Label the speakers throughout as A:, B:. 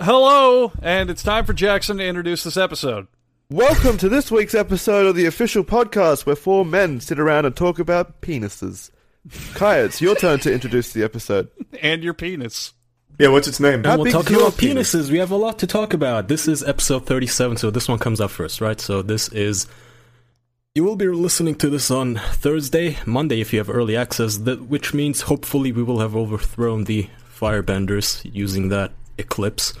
A: Hello, and it's time for Jackson to introduce this episode.
B: Welcome to this week's episode of the official podcast where four men sit around and talk about penises. Kai, it's your turn to introduce the episode.
A: And your penis.
C: Yeah, what's its name?
B: How
D: we'll
B: big's
D: talk
B: your
D: about
B: penis?
D: penises. We have a lot to talk about. This is episode 37, so this one comes up first, right? So this is. You will be listening to this on Thursday, Monday, if you have early access, that, which means hopefully we will have overthrown the firebenders using that eclipse.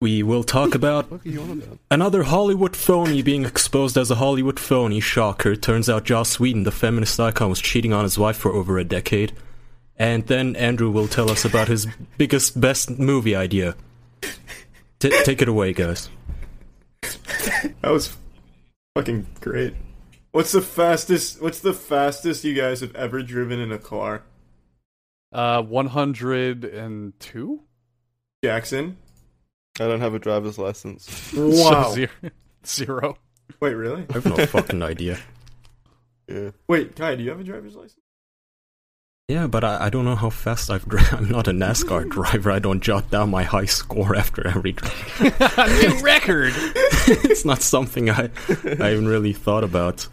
D: We will talk about
B: What are you on about?
D: Another Hollywood phony being exposed as a Hollywood phony. Shocker. Turns out Joss Whedon, the feminist icon, was cheating on his wife for over a decade. And then Andrew will tell us about his biggest, best movie idea. T- take it away, guys.
C: That was fucking great. What's the fastest? What's the fastest you guys have ever driven in a car,
A: Uh, 102?
C: Jackson?
B: I don't have a driver's license.
C: Wow.
A: So zero. zero.
C: Wait, really?
D: I have no fucking idea.
B: Yeah.
C: Wait, Kai, do you have a driver's license?
D: Yeah, but I, I don't know how fast I've driven. I'm not a NASCAR driver. I don't jot down my high score after every drive.
A: New record!
D: it's not something I, I even really thought about.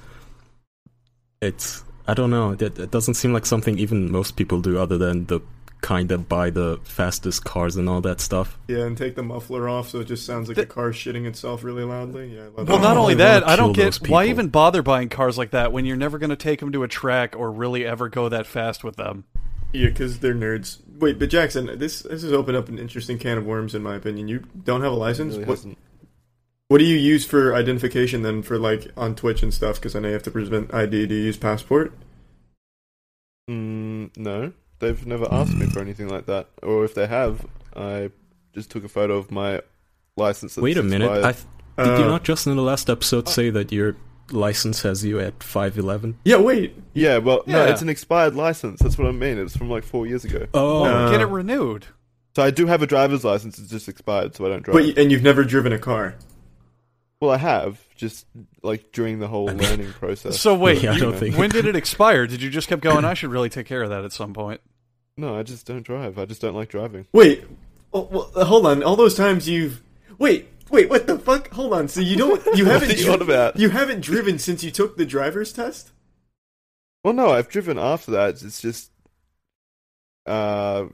D: It's I don't know. That that doesn't seem like something even most people do, other than the kind that buy the fastest cars and all that stuff.
C: Yeah, and take the muffler off so it just sounds like the car shitting itself really loudly. Yeah, I love
A: Well,
C: that.
A: not
D: Oh,
A: only
D: I
A: that,
D: wanna
A: I don't
D: kill
A: get
D: those
A: why
D: people.
A: even bother buying cars like that when you're never going to take them to a track or really ever go that fast with them.
C: Yeah, because they're nerds. Wait, but Jackson, this this has opened up an interesting can of worms, in my opinion. You don't have a license.
B: Really
C: what,
B: hasn't.
C: what do you use for identification then? For like on Twitch and stuff? Because I know you have to present ID. Do you use passport?
B: Mm, no, they've never asked me for anything like that. Or if they have, I just took a photo of my license. that's
D: Wait a minute.
B: expired.
D: I th- did you
C: Uh,
D: not just in the last episode
B: uh,
D: say that your license has you at five eleven?
C: Yeah, wait.
B: Yeah, well, no,
A: Yeah.
B: it's an expired license. That's what I mean. It's from like four years ago.
D: Oh,
C: No.
A: Get
C: Uh.
A: it renewed.
B: So I do have a driver's license. It's just expired, so I don't drive.
C: But and you've never driven a car.
B: well, I have just like during the whole learning process.
A: So wait,
D: Yeah, I
A: you-
D: don't think-
A: when did it expire? Did you just keep going, I should really take care of that at some point?
B: No, I just don't drive. I just don't like driving.
C: Wait, oh, well, uh, hold on. All those times you've wait, wait, what the fuck? Hold on. So you don't, you
B: What
C: haven't,
B: are you
C: dri-
B: on about?
C: you haven't driven since you took the driver's test.
B: Well, no, I've driven after that. It's just, uh,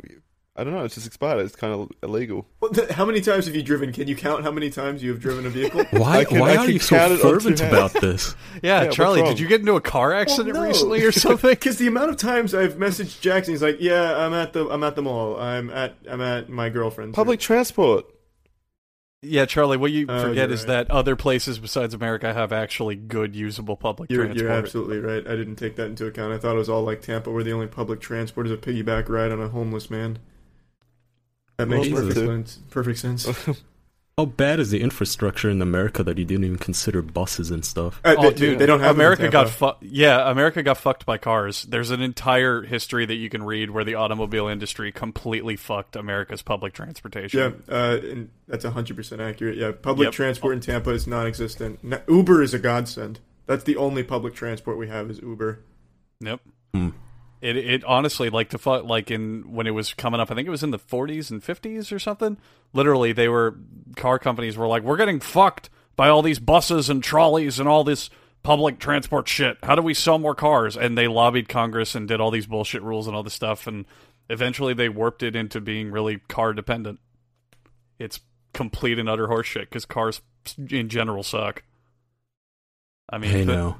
B: I don't know. It's just expired. It's kind of illegal.
C: What the, how many times have you driven? Can you count how many times you have driven a vehicle?
D: why
B: I can-
D: why
B: I
D: are
B: can
D: you
B: count
D: so
B: it on two
D: fervent
B: hands.
D: about this?
A: Yeah,
B: what's
A: Charlie,
B: wrong?
A: did you get into a car accident recently or something?
C: Because the amount of times I've messaged Jackson, he's like, "Yeah, I'm at the, I'm at the mall. I'm at, I'm at my girlfriend's."
B: Public transport.
A: Yeah, Charlie, what you
C: Oh,
A: forget
C: you're
A: is
C: right.
A: that other places besides America have actually good usable public
C: You're,
A: transport.
C: you're absolutely right. I didn't take that into account. I thought it was all like Tampa, where the only public transport is a piggyback ride on a homeless man. That
B: Well,
C: makes
B: Jesus.
C: perfect sense. Perfect sense.
D: How bad is the infrastructure in America that you didn't even consider buses and stuff?
C: Uh,
A: Oh,
C: they-
A: dude,
C: they don't have them in
A: America got
C: Tampa.
A: fu- yeah, America got fucked by cars. There's an entire history that you can read where the automobile industry completely fucked America's public transportation.
C: Yeah, uh, and that's 100% accurate. Yeah, public
A: Yep.
C: transport in Tampa is non existent. Uber is a godsend. That's the only public transport we have is Uber.
A: Yep.
D: Hmm.
A: It it honestly like the fu- like in when it was coming up, I think it was in the 40s and 50s or something. Literally, they were car companies were like, "We're getting fucked by all these buses and trolleys and all this public transport shit. How do we sell more cars?" And they lobbied Congress and did all these bullshit rules and all this stuff and eventually they warped it into being really car dependent. It's complete and utter horseshit cuz cars in general suck. I mean,
D: Hey,
A: the-
D: no.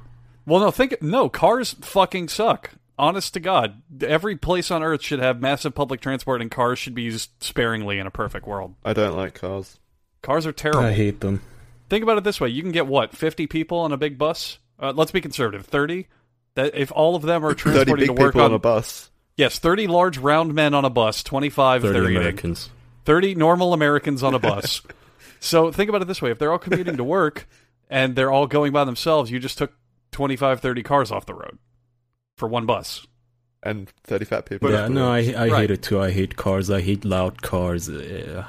A: well, no, think no. Cars fucking suck. Honest to God, every place on earth should have massive public transport, and cars should be used sparingly in a perfect world.
B: I don't like cars.
A: Cars are terrible.
D: I hate them.
A: Think about it this way: you can get what fifty people on a big bus. Uh, let's be conservative, thirty. That if all of them are
B: Thirty
A: transported
B: big
A: to work
B: people on a bus.
A: yes, thirty large round men on a bus, 25
D: 30
A: they're eating.
D: Americans.
A: 30 normal Americans on a bus. so think about it this way if they're all commuting to work and they're all going by themselves, you just took 25, 30 cars off the road for one bus.
B: and 30 fat people.
D: Yeah, uh, no, I, I
A: Right.
D: hate it too. I hate cars. I hate loud cars. Uh,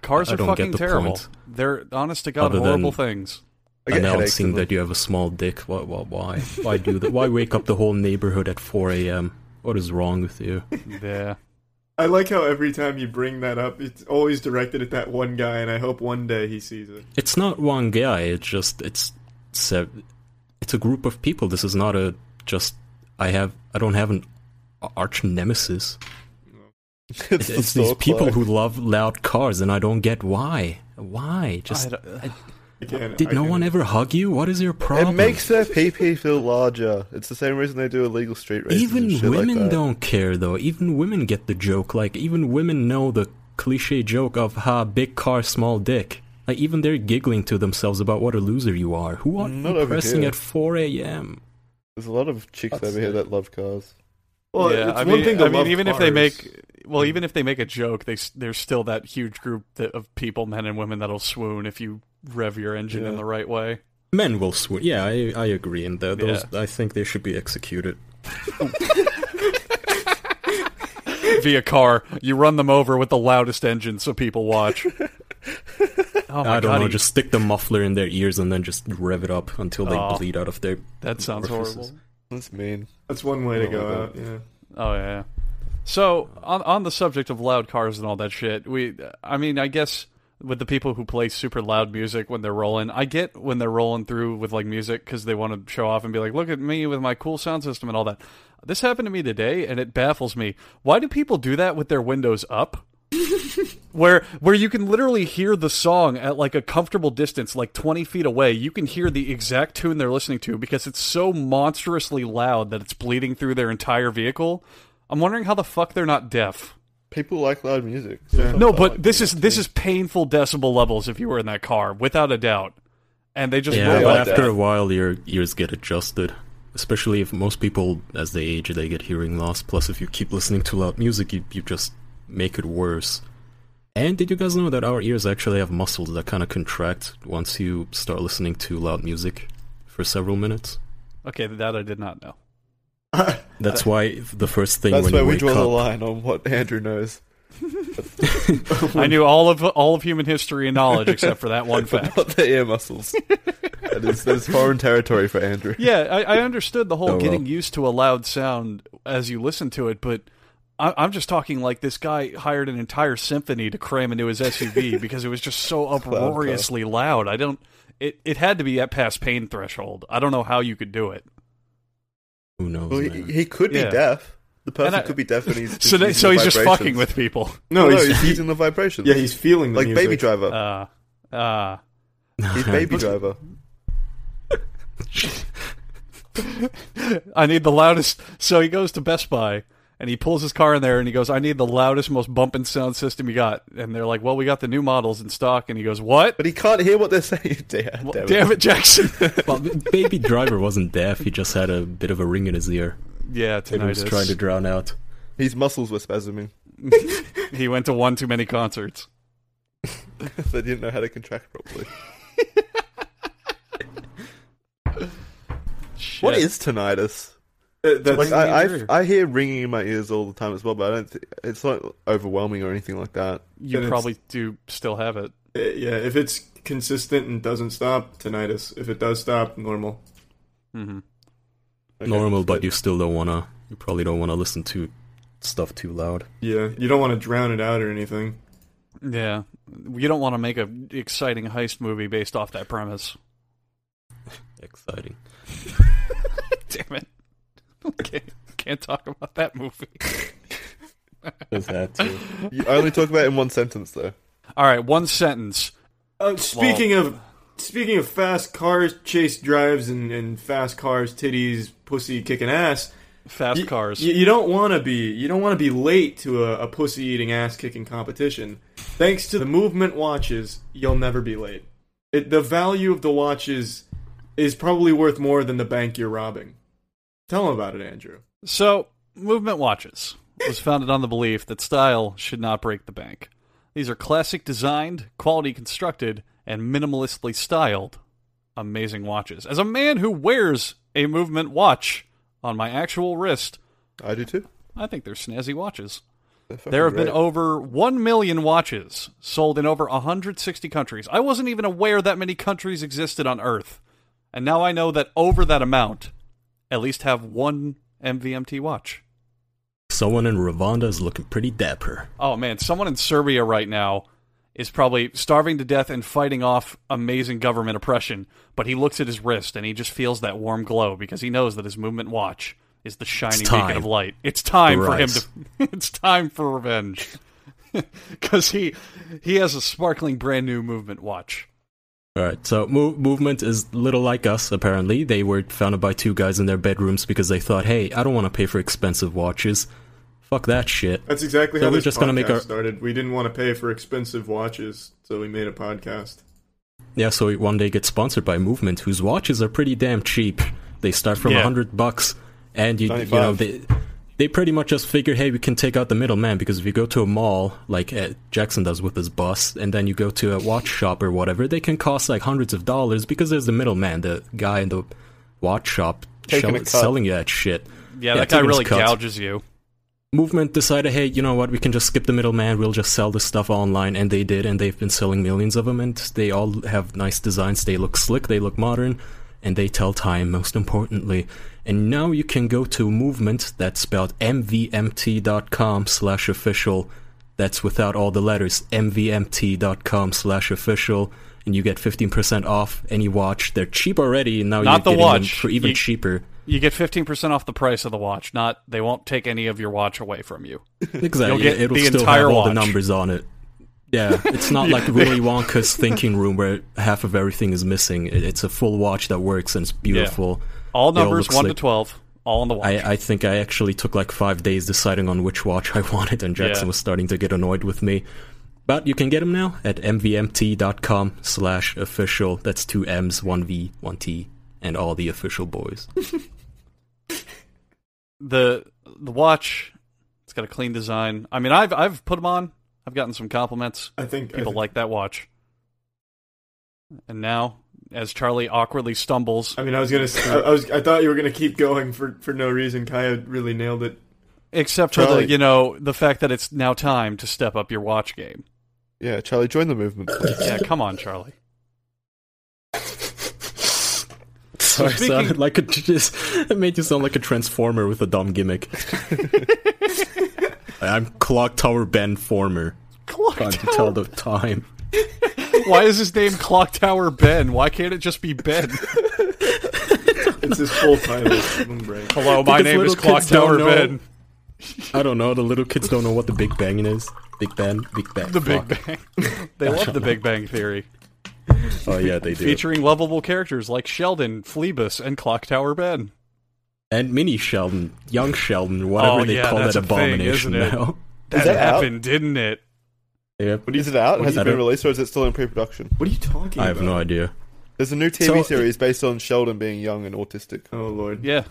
A: Cars
D: I
A: are
D: don't
A: fucking
D: get the
A: terrible.
D: point.
A: They're honest to God
D: Other than-
A: horrible things.
B: I get headaches
D: announcing
B: and
D: that you have a small dick. Why? Why? Why, why do that? Why wake up the whole neighborhood at 4 a.m.? What is wrong with you?
A: Yeah.
C: I like how every time you bring that up, it's always directed at that one guy, and I hope one day he sees it.
D: It's not one guy. It's just it's it's a, it's a group of people. This is not a just I have I don't have an arch nemesis.
B: It's, the
D: It's these
B: store
D: people
B: clerk.
D: who love loud cars, and I don't get why. Why? Just
A: I don't-
C: I can't,
D: did
C: I
D: no
C: can't-
D: one ever hug you? What is your
B: It
D: problem?
B: makes their PP feel larger. It's the same reason they do illegal street races. and
D: even
B: shit like
D: women
B: that.
D: don't care though. Even women get the joke. Like even women know the cliche joke of "ha, big car, small dick." Like even they're giggling to themselves about what a loser you are. Who are
B: Not
D: you
B: over
D: pressing
B: here.
D: at 4 a.m.?
B: There's a lot of chicks
D: That's
B: over here
D: it.
B: that love cars.
C: Well,
A: yeah,
C: it's
A: I
C: one
A: mean,
C: thing to
A: I mean,
C: love
A: even if they
C: cars.
A: make well, even if they make a joke, they s- there's still that huge group that, of people, men and women, that'll swoon if you rev your engine in
B: Yeah.
A: the right way.
D: Men will swoon. Yeah, I, I agree. And th- those,
A: Yeah.
D: I think they should be executed.
A: via car. You run them over with the loudest engine so people watch. Oh my
D: I don't
A: god,
D: know.
A: he-
D: Just stick the muffler in their ears and then just rev it up until they
A: Aw.
D: bleed out of their.
A: that sounds horrible.
D: orifices.
B: That's mean.
C: That's one way to
B: Oh,
C: go
B: I
C: out. Yeah.
A: Oh yeah. So on on the subject of loud cars and all that shit, we I mean I guess with the people who play super loud music when they're rolling, I get when they're rolling through with like music because they want to show off and be like, look at me with my cool sound system and all that. This happened to me today, and it baffles me. Why do people do that with their windows up? where where you can literally hear the song at like a comfortable distance, like twenty feet away. You can hear the exact tune they're listening to because it's so monstrously loud that it's bleeding through their entire vehicle. I'm wondering how the fuck they're not deaf.
B: People like loud music.
C: Yeah.
A: No, but this is this is painful decibel levels if you were in that car, without a doubt. And they just
D: Yeah,
A: roll
D: but
B: like
A: like
D: after
B: that.
D: a while, your ears get adjusted. Especially if most people, as they age, they get hearing loss. Plus, if you keep listening to loud music, you, you just make it worse. And did you guys know that our ears actually have muscles that kind of contract once you start listening to loud music for several minutes?
A: Okay, that I did not know.
D: That's why the first thing
B: That's
D: when
B: where
D: you
B: we
D: wake
B: draw
D: up,
B: the line on what Andrew knows.
A: I knew all of all of human history and knowledge except for that one fact.
B: Not the ear muscles. that, is, that is foreign territory for Andrew.
A: yeah, I, I understood the whole
D: Oh, well.
A: getting used to a loud sound as you listen to it, but I, I'm just talking like this guy hired an entire symphony to cram into his SUV because it was just so uproariously loud. I don't. It it had to be at past pain threshold. I don't know how you could do it.
D: who knows?
B: Well, he,
D: man.
B: he could be
A: Yeah.
B: deaf. The person
A: And I-
B: could be deaf, and he's
A: So they,
B: using
A: so
B: the
A: he's just
B: vibrations.
A: fucking with people.
B: No,
C: No, he's,
B: he's using the vibrations.
C: yeah, he's feeling the
B: like
C: music.
B: Baby Driver.
A: Uh, uh,
B: he's Baby Driver.
A: I need the loudest. So he goes to Best Buy and he pulls his car in there and he goes, "I need the loudest, most bumping sound system you got." And they're like, "Well, we got the new models in stock." And he goes, "What?
B: But he can't hear what they're saying. Damn,
A: Well,
B: damn it.
A: damn it, Jackson."
D: well, B- Baby Driver wasn't deaf. He just had a bit of a ring in his ear.
A: Yeah,
D: He
A: tonight
D: was trying to drown out.
B: His muscles were spasming.
A: He went to one too many concerts.
B: they didn't know how to contract properly. What is tinnitus?
C: Uh, that's,
A: Ringing
B: Like
A: in
B: I,
A: your
B: I,
A: ear.
B: I hear ringing in my ears all the time as well, but I don't. Th- it's not overwhelming or anything like that.
A: You
C: And it's-
A: probably do still have it.
C: uh, yeah, if it's consistent and doesn't stop, tinnitus. If it does stop, normal.
A: hmm
B: Okay.
D: normal, but you still don't wanna. You probably don't wanna listen to stuff too loud.
C: Yeah, you don't want to drown it out or anything.
A: Yeah, you don't want to make a exciting heist movie based off that premise.
D: Exciting.
A: Damn it! Okay, can't talk about that movie.
D: Does that too?
B: You only talk about it in one sentence though.
A: All right, one sentence.
C: Uh, speaking of speaking of fast cars, chase drives, and, and fast cars, titties, pussy kicking ass.
A: Fast
C: you,
A: cars.
C: You, you don't want to be you don't want to be late to a, a pussy eating ass kicking competition. Thanks to the movement watches, you'll never be late. It, the value of the watches is probably worth more than the bank you're robbing. Tell them about it, Andrew.
A: So, Movement Watches was founded on the belief that style should not break the bank. These are classic designed, quality constructed, and minimalistically styled amazing watches. As a man who wears a Movement watch on my actual wrist,
B: I do too.
A: I think they're snazzy watches.
B: They're fucking
A: There have been
B: great.
A: over 1 million watches sold in over 160 countries. I wasn't even aware that many countries existed on Earth. And now I know that over that amount, at least have one MVMT watch.
D: Someone in Rwanda is looking pretty dapper.
A: Oh man, someone in Serbia right now is probably starving to death and fighting off amazing government oppression, but he looks at his wrist and he just feels that warm glow because he knows that his movement watch is the shining beacon
D: time.
A: of light. It's time for
D: Right.
A: him to it's time for revenge. Cuz he he has a sparkling brand new movement watch.
D: All right, so move, movement is little like us. Apparently, they were founded by two guys in their bedrooms because they thought, "Hey, I don't want to pay for expensive watches. Fuck that shit."
C: That's exactly
D: So
C: how
D: we're
C: this
D: just
C: podcast
D: gonna make our-
C: started. We didn't want to pay for expensive watches, so we made a podcast.
D: Yeah, so we one day get sponsored by Movement, whose watches are pretty damn cheap. They start from a
A: Yeah.
D: hundred bucks, and you you
B: 95.
D: know they they pretty much just figure, hey, we can take out the middleman because if you go to a mall like uh, Jackson does with his bus, and then you go to a watch shop or whatever, they can cost like hundreds of dollars because there's the middleman, the guy in the watch shop
B: Taking
D: shell-
B: a cut.
D: selling you that shit.
A: Yeah,
D: Yeah,
A: that guy
D: Tibbins
A: really
D: cut.
A: gouges you.
D: Movement decided, hey, you know what, we can just skip the middleman, we'll just sell this stuff online, and they did, and they've been selling millions of them, and they all have nice designs, they look slick, they look modern, and they tell time, most importantly. And now you can go to Movement, that's spelled mvmt.com slash official, that's without all the letters, mvmt.com slash official, and you get 15% off any watch. They're cheap already, and now
A: Not the
D: you're getting them
A: watch.
D: for even
A: You-
D: cheaper.
A: You get 15% off the price of the watch. Not they won't take any of your watch away from you.
D: Exactly.
A: You'll get
D: It'll
A: the
D: still
A: entire
D: have all
A: watch.
D: the numbers on it. Yeah, it's not like Willy Wonka's thinking room where half of everything is missing. It- It's a full watch that works and it's beautiful.
A: All
D: They all
A: numbers
D: look
A: 1 to
D: slick.
A: 12, all on the watch.
D: I, I think I actually took like five days deciding on which watch I wanted, and Jackson
A: Yeah.
D: was starting to get annoyed with me. But you can get them now at mvmt.com slash official. That's two M's, one V, one T, and all the official boys.
A: the the watch it's got a clean design i mean i've i've put them on i've gotten some compliments
C: I think I
A: people
C: think-
A: like that watch and now as charlie awkwardly stumbles
C: I mean, I was gonna. s- I, I was. I thought you were gonna keep going for for no reason. Kaya really nailed it.
A: except for the
B: Charlie.
A: you know the fact that it's now time to step up your watch game
B: Yeah, Charlie, join the movement. please.
A: yeah come on charlie
D: Sorry,
A: speaking-
D: sounded like a just it made you sound like a transformer with a dumb gimmick. I'm Clock Tower Ben Former.
A: clock
D: Time to
A: tower
D: tell the time.
A: why is his name clock tower ben why can't it just be ben
C: It's his full title. Moon Break.
A: hello my
D: Because
A: name is
D: little
A: clock
D: kids don't
A: tower
D: know-
A: ben
D: I don't know. The little kids don't know what the Big Bang is. Big Bang, Big Bang.
A: the big bang they love the big bang theory
D: Oh yeah, they do.
A: featuring lovable characters like sheldon phlebas and clock tower ben
D: and Mini Sheldon, Young Sheldon, whatever
A: Oh,
D: they
A: yeah,
D: call
A: that's
D: that
A: a thing,
D: abomination
A: isn't it?
D: now.
A: That,
B: that out?
A: happened, didn't it?
D: yep.
B: Is it out? Has
D: I
B: it been
D: don't-
B: released, or is it still in pre-production?
C: What are you talking?
D: I have no
C: about?
D: idea.
B: There's a new TV
D: So-
B: series based on Sheldon being young and autistic,
C: Oh lord.
A: Yeah,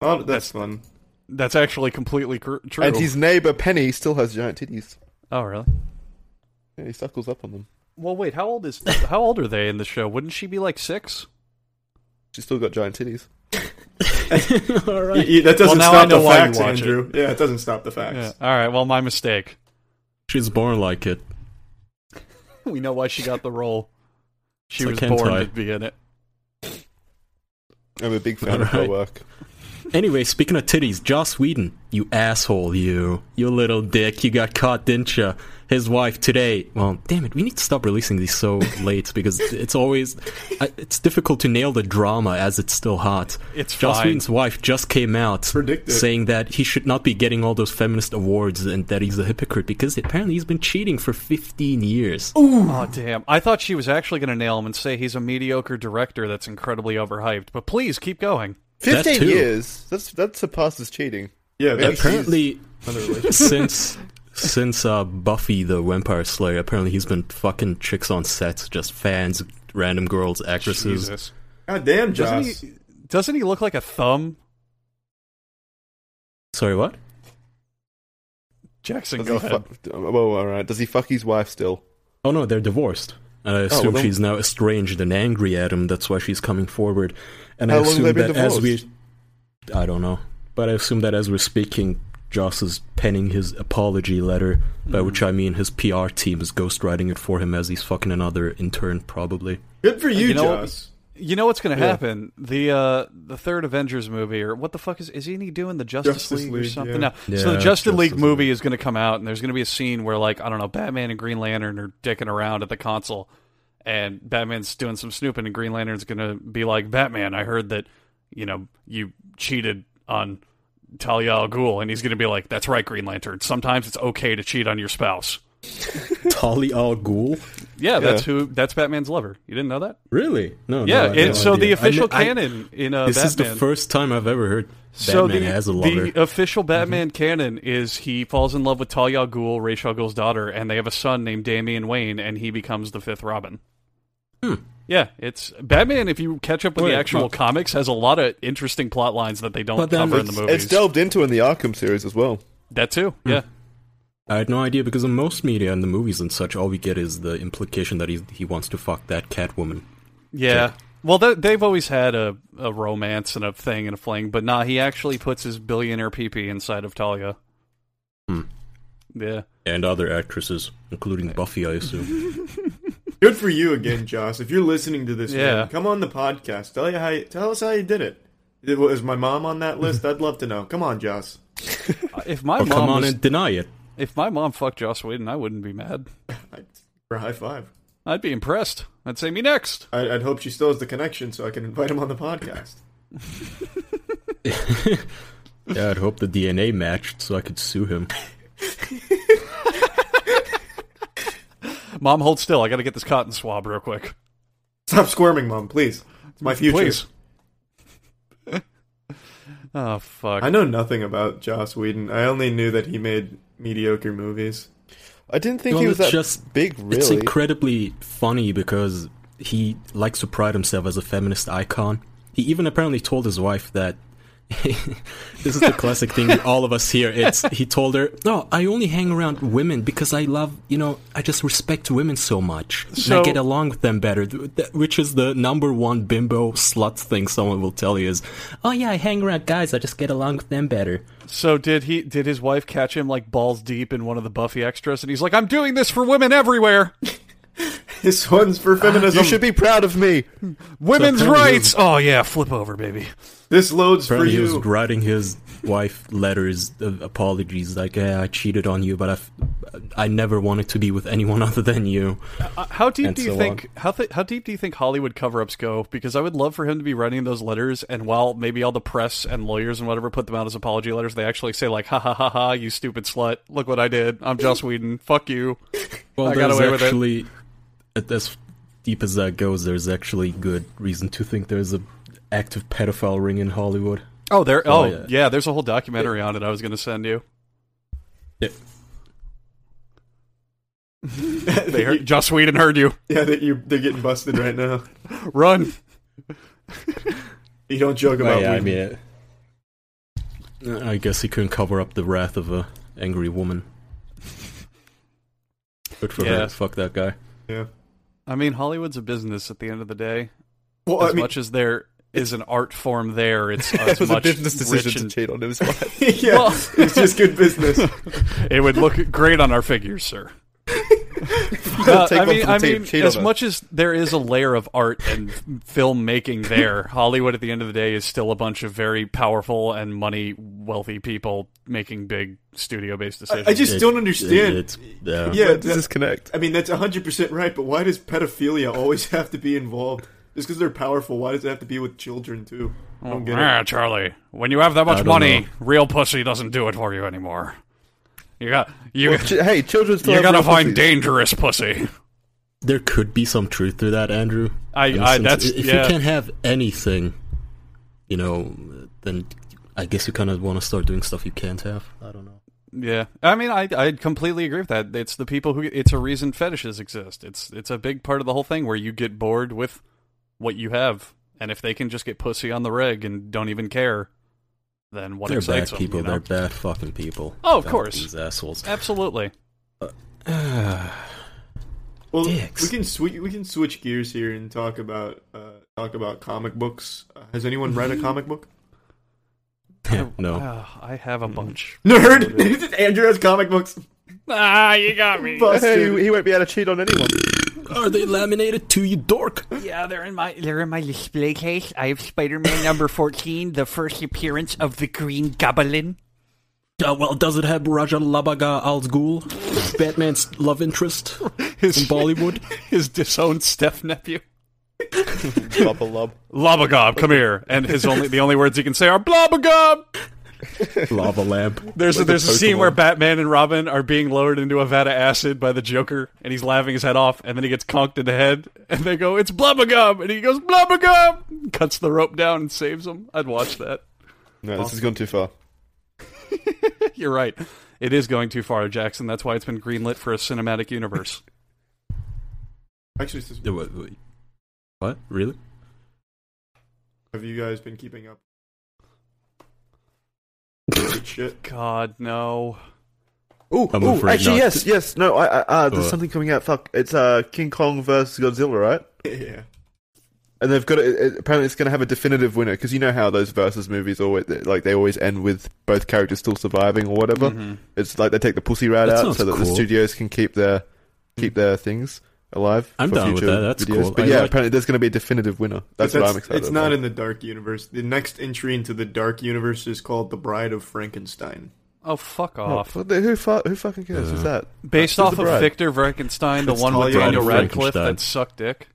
C: Oh, that's fun.
A: that's actually completely cr- true.
B: and his neighbor Penny still has giant titties.
A: oh, really?
B: Yeah, he suckles up on them.
A: Well, wait. How old is how old are they in the show? Wouldn't she be like six?
B: She's still got giant titties.
D: All
C: Y-
D: right.
C: y- that doesn't
A: now I
C: stop
A: know
C: the
A: why you
C: facts,
A: watch it.
C: Andrew. Yeah, it doesn't stop the facts.
A: Yeah. All right. Well, my mistake.
D: She's born like it.
A: We know why she got the role. She was
D: It's like
A: born
D: hentai.
A: to be in it.
B: I'm a big fan of her
D: Alright.
B: work.
D: Anyway, speaking of titties, Joss Whedon, you asshole, you. You little dick, you got caught, didn't ya? His wife today. Well, damn it, we need to stop releasing these so late because it's always. I- It's difficult to nail the drama as it's still hot.
A: It's
D: Joss
A: fine.
D: Whedon's wife just came out
C: Predict it.
D: saying that he should not be getting all those feminist awards and that he's a hypocrite because apparently he's been cheating for 15 years.
A: Oh damn! I thought she was actually going to nail him and say he's a mediocre director that's incredibly overhyped. But please keep going.
D: That
B: Fifteen
D: too.
B: years. That's that surpasses cheating.
C: Yeah,
B: Yeah,
C: that's
D: apparently,
C: another relationship.
D: since since uh, Buffy the Vampire Slayer, apparently he's been fucking chicks on sets, just fans, random girls, actresses.
A: Jesus.
C: God damn,
A: Doesn't
C: Joss.
A: he? Doesn't he look like a thumb?
D: Sorry, what?
A: Jackson,
B: Does
A: go
B: he
A: ahead.
B: fuck- well, all right. Does he fuck his wife still?
D: Oh no, they're divorced. And I
B: well,
D: assume
B: then-
D: she's now estranged and angry at him. That's why she's coming forward. And
B: How
D: I
B: long have
D: assume
B: they been
D: that as we,
B: divorced?
D: I don't know, but I assume that as we're speaking, Joss is penning his apology letter, by which I mean his PR team is ghostwriting it for him as he's fucking another intern, probably.
C: Good for you,
A: You know-
C: Joss.
A: You know what's going to happen? The uh, the third Avengers movie, or what the fuck is is he doing the Justice,
C: Justice
A: League, or
C: League,
A: something?
C: yeah.
A: No. so the
D: Yeah,
A: Justice League
D: Justice
A: movie is going to come out, and there's going to be a scene where like I don't know, Batman and Green Lantern are dicking around at the console, and Batman's doing some snooping, and Green Lantern's going to be like, "Batman, I heard that you know you cheated on." Talia al Ghul, and he's going to be like, "That's right, Green Lantern. Sometimes it's okay to cheat on your spouse."
D: Tali Al Ghul?
A: Yeah, that's who. That's Batman's lover. You didn't know that?
D: Really? No.
A: Yeah.
D: no, I had
A: and
D: no
A: so the
D: idea. I
A: official
D: kn- I-
A: canon in uh,
D: This
A: Batman.
D: is the first time I've ever heard
A: so
D: Batman
A: the,
D: has a lover. Mm-hmm.
A: the official Batman canon is he falls in love with Talia al Ghul, Ra's al Ghul's daughter, and they have a son named Damian Wayne, and he becomes the fifth Robin. Yeah, it's Batman. If you catch up with
D: Hmm. Wait,
A: the actual
D: but-
A: comics, has a lot of interesting plot lines that they don't
D: But then
A: cover in the
D: it's- Hmm.
A: movies.
B: It's delved into in the Arkham series as well.
A: that too. Yeah,
D: I had no idea because in most media and the movies and such, all we get is the implication that he's, he wants to fuck that Catwoman.
A: yeah. Well, th- they've always had a, a romance and a thing and a fling, but nah, he actually puts his billionaire peepee inside of Talia.
D: Hmm.
A: Yeah.
D: And other actresses, including Buffy, I assume.
C: Good for you again, Joss. If you're listening to this,
A: Yeah.
C: man, come on the podcast. Tell you how. You, tell us how you did it. Did- Was my mom on that list? I'd love to know. Come on, Joss.
A: Uh, If my
D: Or Oh, come
A: mom
D: on
A: was,
D: and deny it.
A: if my mom fucked Joss Whedon, I wouldn't be mad.
C: I'd, for a high five.
A: I'd be impressed. I'd say me next.
C: I, I'd hope she still has the connection so I can invite him on the podcast.
D: Yeah, I'd hope the DNA matched so I could sue him.
A: Mom, hold still. I got to get this cotton swab real quick.
C: Stop squirming, mom, please. It's my future.
A: Please. oh fuck.
C: I know nothing about Joss Whedon. I only knew that he made mediocre movies.
B: I didn't think
D: Well,
B: he was
D: it's
B: that
D: just-
B: big,
D: It's
B: really.
D: incredibly funny because he likes to pride himself as a feminist icon. He even apparently told his wife that this is the classic thing with all of us here. It's he told her, "No, I only hang around women because I love, you know, I just respect women so much. and
A: So-
D: I get along with them better." Th- th- Which is the number one bimbo slut thing someone will tell you is, "Oh yeah, I hang around guys. I just get along with them better."
A: So did he? Did his wife catch him like balls deep in one of the Buffy extras? And he's like, "I'm doing this for women everywhere.
C: This one's for feminism.
B: you should be proud of me.
A: Women's
D: apparently he
A: rights." Oh yeah, flip over, baby.
C: This load's for
D: Apparently, he was
C: you.
D: writing his wife letters of apologies, like, "Yeah, I cheated on you, but I, f- I never wanted to be with anyone other than you."
A: Uh, how deep
D: And
A: do you
D: so
A: think how th- how deep do you think Hollywood cover-ups go? Because I would love for him to be writing those letters, and while maybe all the press and lawyers and whatever put them out as apology letters, they actually say like, "Ha ha ha ha, you stupid slut! Look what I did! I'm Joss Whedon. Fuck you."
D: Well,
A: I got
D: there's
A: away with it.
D: actually, at- as deep as that goes, there's actually good reason to think there's a active pedophile ring in Hollywood.
A: Oh, there. Oh,
D: Oh,
A: yeah.
D: yeah.
A: There's a whole documentary on it. I was going to send you.
D: Yeah.
A: They heard Joss Whedon heard you.
C: yeah, that you they're getting busted right now.
A: Run.
C: You don't joke about
D: Well, yeah, I
C: Whedon.
D: mean, it- I guess he couldn't cover up the wrath of a angry woman. Good for
A: Yeah.
D: her. Fuck that guy.
C: yeah.
A: I mean, Hollywood's a business at the end of the day.
C: Well,
A: As
C: I mean,
A: much as there is an art form there, it's
B: It
A: as
B: was a
A: much
B: business decision
A: rich
B: to
A: and
B: cheat on his wife.
C: yeah,
A: Well-
C: it's just good business.
A: it would look great on our figures, sir. Uh,
B: Take
A: I
B: one
A: mean,
B: for the
A: I
B: team,
A: mean,
B: cheat on
A: as
B: her.
A: much as there is a layer of art and filmmaking there, Hollywood at the end of the day is still a bunch of very powerful and money wealthy people making big studio based decisions.
C: I just
D: It-
C: don't understand.
D: it's- yeah.
C: yeah,
B: Where does
C: that-
B: this connect?
C: I mean, that's 100% right, but why does pedophilia always have to be involved? Just because they're powerful, why does it have to be with children, too? I don't get it.
A: Ah, Charlie, when you have that much
D: don't
A: money,
D: know.
A: real pussy doesn't do it for you anymore. You got you.
B: Ch- hey, children still
A: you
B: have
A: gotta
B: rough
A: find
B: pussies.
A: dangerous pussy.
D: there could be some truth to that, Andrew.
A: I-
D: In a
A: I-
D: sense,
A: that's-
D: if
A: yeah.
D: you can't have anything, you know, then I guess you kind of want to start doing stuff you can't have. I don't know.
A: Yeah, I mean, I I completely agree with that. It's the people who. It's a reason fetishes exist. It's it's a big part of the whole thing where you get bored with what you have, and if they can just get pussy on the reg and don't even care, then what
D: they're bad
A: excites them?
D: people.
A: you know?
D: They're bad fucking people.
A: Oh, of
D: God,
A: course.
D: these assholes.
A: Absolutely.
C: Well,
D: dicks.
C: we can sw- we can switch gears here and talk about uh, talk about comic books. Uh, has anyone read a comic book?
D: no, Mm.
A: Ah, I have a bunch.
C: Nerd, Andrew has comic books.
A: ah, you got me.
B: Hey,
C: Busted.
B: he won't be able to cheat on anyone.
D: are they laminated to you, dork?
E: Yeah, they're in my they're in my display case. I have Spider-Man number fourteen, the first appearance of the Green Goblin.
D: Uh, well, does it have Raja Labaga Al Ghul, Batman's love interest in Bollywood?
A: His disowned step nephew.
B: Bubble lub.
A: Labagob, come here. And his only the only words he can say are Blabagob.
D: Lava lamp.
A: There's a, there's a
B: Pokemon.
A: scene where Batman and Robin are being lowered into a vat of acid by the Joker, and he's laughing his head off, and then he gets conked in the head, and they go, "It's Blubbergum," and he goes, "Blubbergum," cuts the rope down and saves him. I'd watch that.
B: No, this has gone too far.
A: You're right. It is going too far, Jackson. That's why it's been greenlit for a cinematic universe.
C: Actually, it's just-
D: Yeah, wait, wait. Uh, What? Really?
C: have you guys been keeping up? Good shit.
A: God, no.
B: Ooh,
D: I'm
B: ooh
D: afraid
B: actually,
D: not.
B: yes, yes. No, I, I, uh, there's
D: What?
B: something coming out. Fuck, it's uh, King Kong versus Godzilla, right?
C: Yeah.
B: And they've got it, it- apparently it's going to have a definitive winner because you know how those versus movies always like they always end with both characters still surviving or whatever.
A: Mm-hmm.
B: It's like they take the pussy route
D: That
B: out
D: sounds
B: so that the
D: cool.
B: studios can keep their keep their things alive.
D: I'm
B: for
D: down with
B: future
D: that, that's
B: videos.
D: cool.
B: But
D: I
B: yeah,
D: like-
B: apparently there's going to be a definitive winner. That's,
C: But
B: what I'm excited.
C: It's not in the dark universe. The next entry into the dark universe is called The Bride of Frankenstein.
A: Oh, fuck
B: about.
A: off.
B: What the- who, fu- who fucking cares?
D: Uh.
B: Who's that?
A: Based
B: Who's
A: off
B: the
A: of
B: bride?
A: Victor Frankenstein, the
C: It's
A: one with
C: Talia
A: Daniel
C: and
A: Radcliffe
D: Frankenstein.
A: that sucked dick.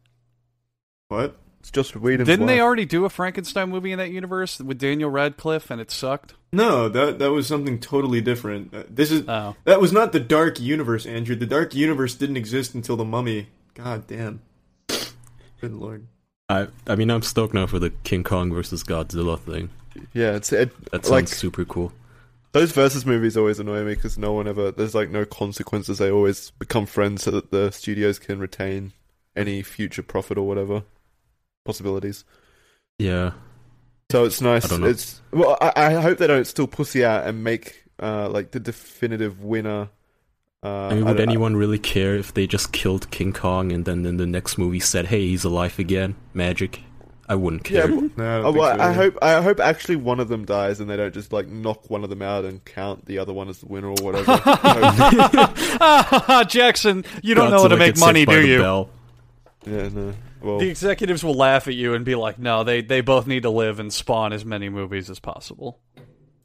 C: What?
B: It's just Whedon's
A: Didn't they
B: wife.
A: already do a Frankenstein movie in that universe with Daniel Radcliffe and it sucked?
C: No, that that was something totally different. Uh, This is
A: Oh.
C: that was not the dark universe, Andrew. The dark universe didn't exist until the Mummy. God damn. Good lord.
D: I I mean, I'm stoked now for the King Kong versus Godzilla thing.
B: Yeah, it's it,
D: That sounds
B: like
D: super cool.
B: Those versus movies always annoy me because no one ever. There's like no consequences. They always become friends so that the studios can retain any future profit or whatever possibilities.
D: Yeah.
B: So it's nice.
D: I don't know.
B: It's well. I, I hope they don't still pussy out and make uh, like the definitive winner. Uh,
D: I mean, would
B: don't-
D: anyone really care if they just killed King Kong and then in the next movie said, "Hey, he's alive again"? Magic. I wouldn't
B: Yeah,
D: care.
B: but-
C: No, Oh, I don't
B: uh,
C: think
B: well,
C: so
B: I
C: either.
B: hope I hope actually one of them dies and they don't just like knock one of them out and count the other one as the winner or whatever. Hope-
A: Jackson, you don't know how to
D: Godzilla
A: make
D: gets
A: money,
D: saved by
A: do
D: the
A: you?
D: bell.
B: yeah, no. Well,
A: The executives will laugh at you and be like, "No, they they both need to live and spawn as many movies as possible."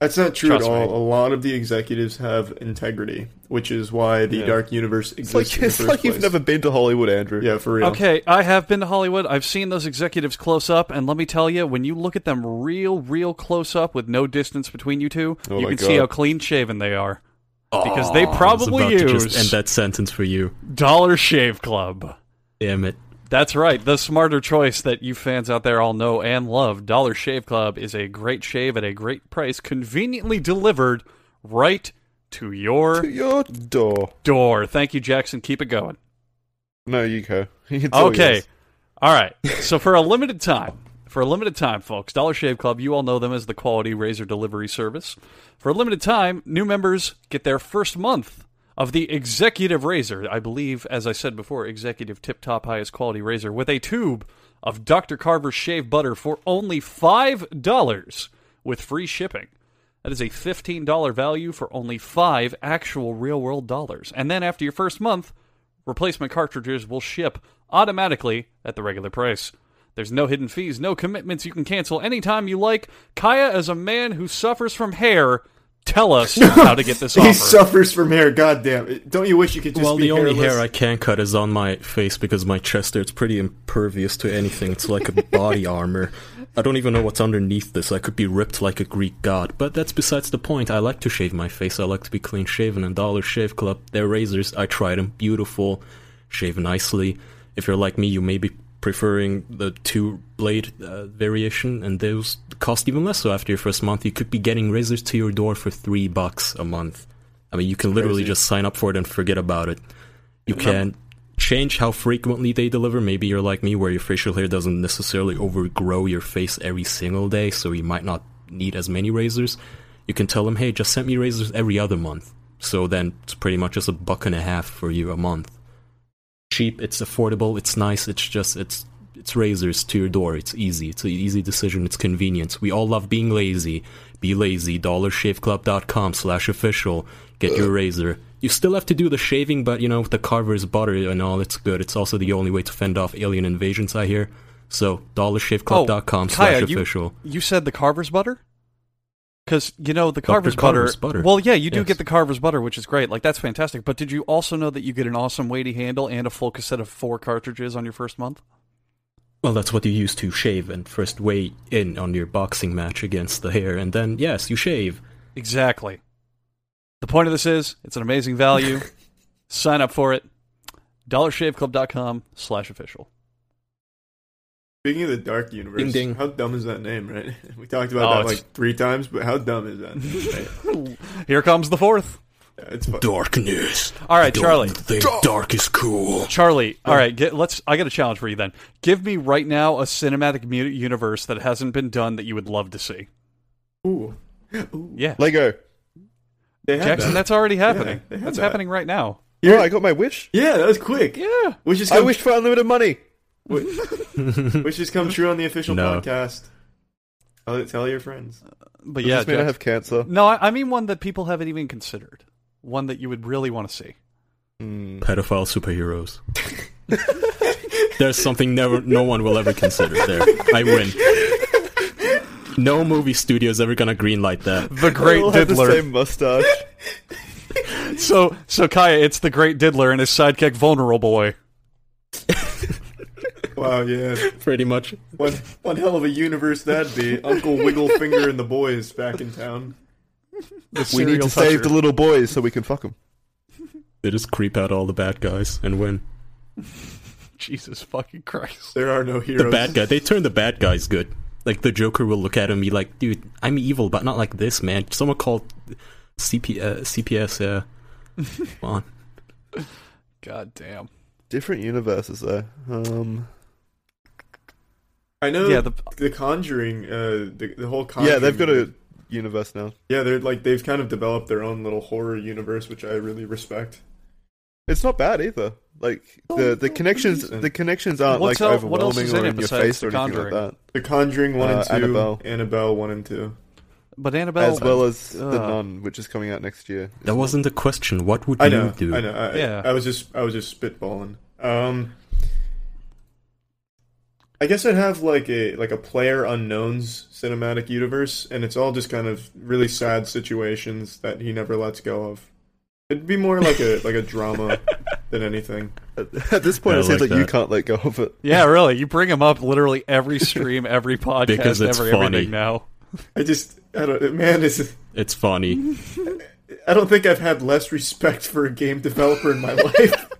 C: That's not true
A: Trust
C: at all.
A: me.
C: A lot of the executives have integrity, which is why the
B: Yeah.
C: dark universe
B: it's
C: exists.
B: like
C: in the
B: it's
C: first
B: like you've
C: place.
B: never been to Hollywood, Andrew.
C: Yeah, for real.
A: Okay, I have been to Hollywood. I've seen those executives close up, and let me tell you, when you look at them real, real close up with no distance between you two,
B: Oh
A: you
B: my
A: can see
B: God.
A: how clean shaven they are because they
D: I was
A: probably
D: about to just end
A: use
D: that sentence for you.
A: Dollar Shave Club.
D: Damn it.
A: That's right. The smarter choice that you fans out there all know and love, Dollar Shave Club is a great shave at a great price, conveniently delivered right to your
B: To your door.
A: door. Thank you, Jackson. Keep it going.
B: No, you go. It's all
A: Okay.
B: yours.
A: All right. So for a limited time, for a limited time, folks, Dollar Shave Club, you all know them as the quality razor delivery service. For a limited time, new members get their first month of the executive razor. I believe, as I said before, executive tip top highest quality razor with a tube of Dr. Carver's shave butter for only $5 with free shipping. That is a $15 value for only five actual real world dollars. And then after your first month, replacement cartridges will ship automatically at the regular price. There's no hidden fees, no commitments. You can cancel anytime you like. Kaya, as a man who suffers from hair, tell us how to get this
C: He
A: offer.
C: suffers from hair. God damn it! Don't you wish you could just
D: well,
C: be
D: the only
C: hairless?
D: hair I can cut is on my face because my chest there—it's pretty impervious to anything. It's like a body armor. I don't even know what's underneath this. I could be ripped like a Greek god, but that's besides the point. I like to shave my face. I like to be clean shaven. And Dollar Shave Club, their razors, I tried them. Beautiful, shave nicely. If you're like me, you may be preferring the two blade uh, variation, and those cost even less. So after your first month, you could be getting razors to your door for three bucks a month. I mean, you can literally just sign up for it and forget about it. You can change how frequently they deliver. Maybe you're like me, where your facial hair doesn't necessarily overgrow your face every single day, so you might not need as many razors. You can tell them, hey, just send me razors every other month. So then it's pretty much just a buck and a half for you a month. Cheap, it's affordable, it's nice, it's just, it's it's razors to your door. It's easy. It's an easy decision. It's convenience. We all love being lazy. Be lazy. DollarShaveClub.com slash official. Get your razor. You still have to do the shaving, but you know, with the carver's butter and all, it's good. It's also the only way to fend off alien invasions, I hear. So, DollarShaveClub.com slash
A: Kaya, Oh, you-
D: official.
A: You said the carver's butter? Because, you know, the carver's,
D: Carver's
A: butter,
D: butter.
A: Well, yeah, you do
D: Yes.
A: get the carver's butter, which is great. Like, that's fantastic. But did you also know that you get an awesome weighty handle and a full cassette of four cartridges on your first month?
D: Well, that's what you use to shave and first weigh in on your boxing match against the hair, and then, yes, you shave.
A: Exactly. The point of this is it's an amazing value. Sign up for it. DollarShaveClub.com slash official.
C: Speaking of the Dark Universe,
D: Ding, ding.
C: how dumb is that name, right? We talked about
A: Oh,
C: that
A: it's-
C: like three times, but how dumb is that? name, right?
A: Here comes the fourth.
C: Yeah, it's fu-
D: Darkness.
A: All right, Charlie.
D: think dark is cool.
A: Charlie, all right, get, let's. I got a challenge for you then. Give me right now a cinematic mu- universe that hasn't been done that you would love to see.
C: Ooh.
A: Yeah,
B: Lego.
C: They have
A: Jackson,
C: that.
A: that's already happening.
C: they have
A: that's
C: that.
A: happening right now.
B: Yeah, Oh, I got my wish.
C: Yeah, that was quick.
A: Yeah,
C: Wishes
B: I
C: come,
B: wish for unlimited money.
C: wishes come true on the official
D: No.
C: podcast. Tell, tell your friends.
A: but
B: Does
A: yeah,
B: this mean I
A: Jackson-
B: have cancer?
A: no, I, I mean one that people haven't even considered. One that you would really want to see.
B: Mm.
D: Pedophile superheroes. There's something never, no one will ever consider. There, I win. No movie studio is ever gonna greenlight that.
A: The
B: I
A: Great
B: all have the
A: Diddler.
B: same mustache.
A: So, so Kaya, it's the Great Diddler and his sidekick, Vulnerable Boy.
C: Wow, yeah.
D: Pretty much.
C: One, one hell of a universe that'd be. Uncle Wigglefinger and the boys back in town.
A: The
B: We need
A: serial
B: to save
A: toucher.
B: the little boys so we can fuck them.
D: They just creep out all the bad guys and win.
A: Jesus fucking Christ.
C: There are no heroes.
D: The bad guy. They turn the bad guys good. Like the Joker will look at him, and be like, "Dude, I'm evil, but not like this, man." Someone called CP, uh, CPS. Uh, come on.
A: God damn.
B: Different universes there. Um,
C: I know
A: Yeah,
C: the,
A: the,
C: Conjuring, uh, the, the whole Conjuring.
B: yeah, they've got a universe now.
C: Yeah, they're like, they've kind of developed their own little horror universe, which I really respect.
B: It's not bad either. Like the the connections, the connections aren't
A: What's
B: like
A: el- what else
B: overwhelming
A: is in
B: or
A: it
B: in your
A: besides
B: face
A: The
B: or anything like
A: Conjuring?
B: that.
C: The Conjuring 1
B: Uh,
C: and 2.
B: Annabelle.
C: Annabelle 1 and 2.
A: but Annabelle.
B: As well as
A: uh,
B: the Nun, which is coming out next year.
D: That wasn't the question. What would
C: I
D: you
C: know,
D: do?
C: I know. I,
A: Yeah.
C: I was just, I was just spitballing. Um, I guess I'd have like a like a player unknowns cinematic universe, and it's all just kind of really sad situations that he never lets go of. It'd be more like a like a drama than anything.
B: At, at this point,
D: Yeah,
B: it seems
D: like
B: like, you
D: that.
B: can't let go of it.
A: yeah, really. You bring him up literally every stream, every podcast,
D: Because it's
A: every
D: funny.
A: everything now.
C: I just, I don't, man, is
D: It's funny.
C: I don't think I've had less respect for a game developer in my life.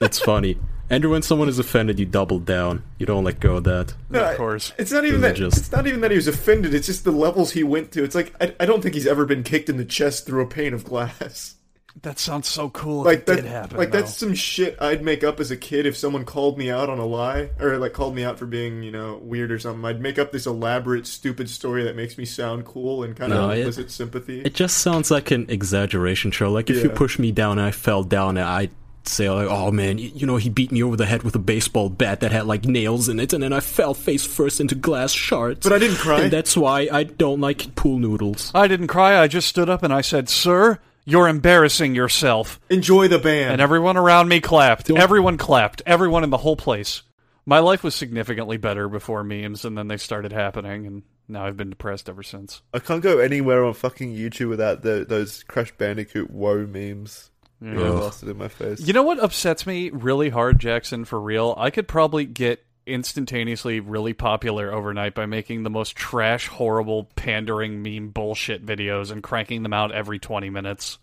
D: It's funny. And when someone is offended, you double down. You don't let go of that.
C: No, I-
A: Of course.
C: It's not even that.
D: Religious.
C: It's not even that he was offended. It's just the levels he went to. It's like I, I don't think he's ever been kicked in the chest through a pane of glass.
A: That sounds so cool. If
C: Like
A: it
C: that.
A: did happen.
C: like
A: though.
C: that's some shit I'd make up as a kid if someone called me out on a lie or like called me out for being you know weird or something. I'd make up this elaborate stupid story that makes me sound cool and kind
D: No,
C: of
D: it-
C: elicit sympathy.
D: It just sounds like an exaggeration, Charles. Like if you
C: Yeah.
D: push me down and I fell down, and I say like, "Oh man, y- you know he beat me over the head with a baseball bat that had like nails in it, and then I fell face first into glass shards."
C: but I didn't cry.
D: and that's why I don't like pool noodles.
A: I didn't cry. I just stood up and I said, Sir, you're embarrassing yourself.
C: Enjoy the band.
A: And everyone around me clapped. Everyone clapped. Everyone in the whole place. My life was significantly better before memes, and then they started happening, and now I've been depressed ever since.
B: I can't go anywhere on fucking YouTube without the, those Crash Bandicoot woe memes. Yeah.
D: Ugh.
B: blasted in my face.
A: You know what upsets me really hard, Jackson, for real? I could probably get instantaneously really popular overnight by making the most trash, horrible, pandering meme bullshit videos and cranking them out every 20 minutes.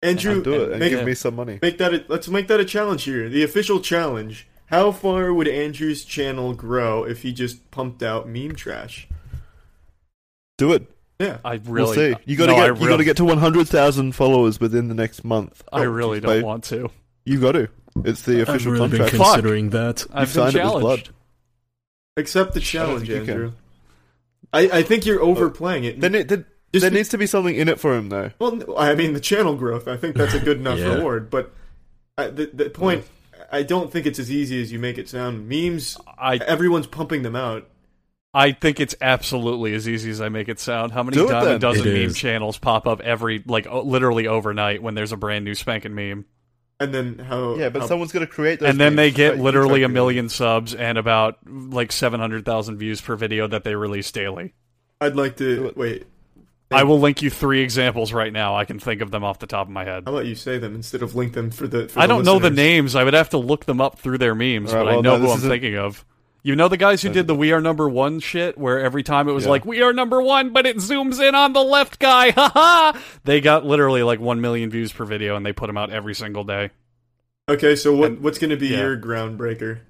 C: Andrew,
A: I'll
B: do it and
C: make,
B: give me some money.
C: make that. A, let's make that a challenge here. The official challenge. How far would Andrew's channel grow if he just pumped out meme trash?
B: Do it.
C: Yeah.
A: I
B: We'll
A: really uh,
B: see. You gotta
A: no, I
B: get. You
A: really-
B: gotta get to one hundred thousand followers within the next month.
A: I really
B: geez,
A: don't
B: babe.
A: want to.
B: You got to. It's the
D: I've
B: official
D: really been
B: contract.
A: con- Fuck.
D: considering that.
A: I've been
B: signed it with
A: challenged.
B: blood.
C: Accept
B: I
C: the
B: don't think
C: challenge,
B: you can. Oh.
C: Andrew. I, I think you're overplaying it.
B: Then it. Then,
C: Just
B: there
C: be-
B: needs to be something in it for him, though.
C: well, I mean, the channel growth. I think that's a good enough
D: Yeah.
C: reward. But I, the the point I don't think it's as easy as you make it sound. Memes,
A: I
C: everyone's pumping them out.
A: I think it's absolutely as easy as I make it sound. How many
B: Do it
A: dime a
B: then.
A: dozen
D: It
A: meme
D: is.
A: channels pop up every like o- literally overnight when there's a brand new spanking meme,
C: And then how?
B: Yeah, but
C: how-
B: someone's gonna create those.
A: and then they
B: memes.
A: get
B: Right,
A: literally a
B: exactly.
A: million subs and about like seven hundred thousand views per video that they release daily.
C: I'd like
B: Do
C: to
B: it.
C: wait.
A: I will link you three examples right now. I can think of them off the top of my head.
C: How about you say them instead of link them for the? For
A: I don't know the
C: listeners?
A: names. I would have to look them up through their memes,
B: Alright,
A: but I
B: well,
A: know
B: no,
A: who
B: this
A: I'm
B: isn't-
A: thinking of. You know the guys who did the "We Are Number One" shit, where every time it was
B: Yeah.
A: like "We Are Number One," but it zooms in on the left guy. Ha ha! They got literally like one million views per video, and they put them out every single day.
C: Okay, so what what's going to be
A: yeah.
C: your groundbreaker?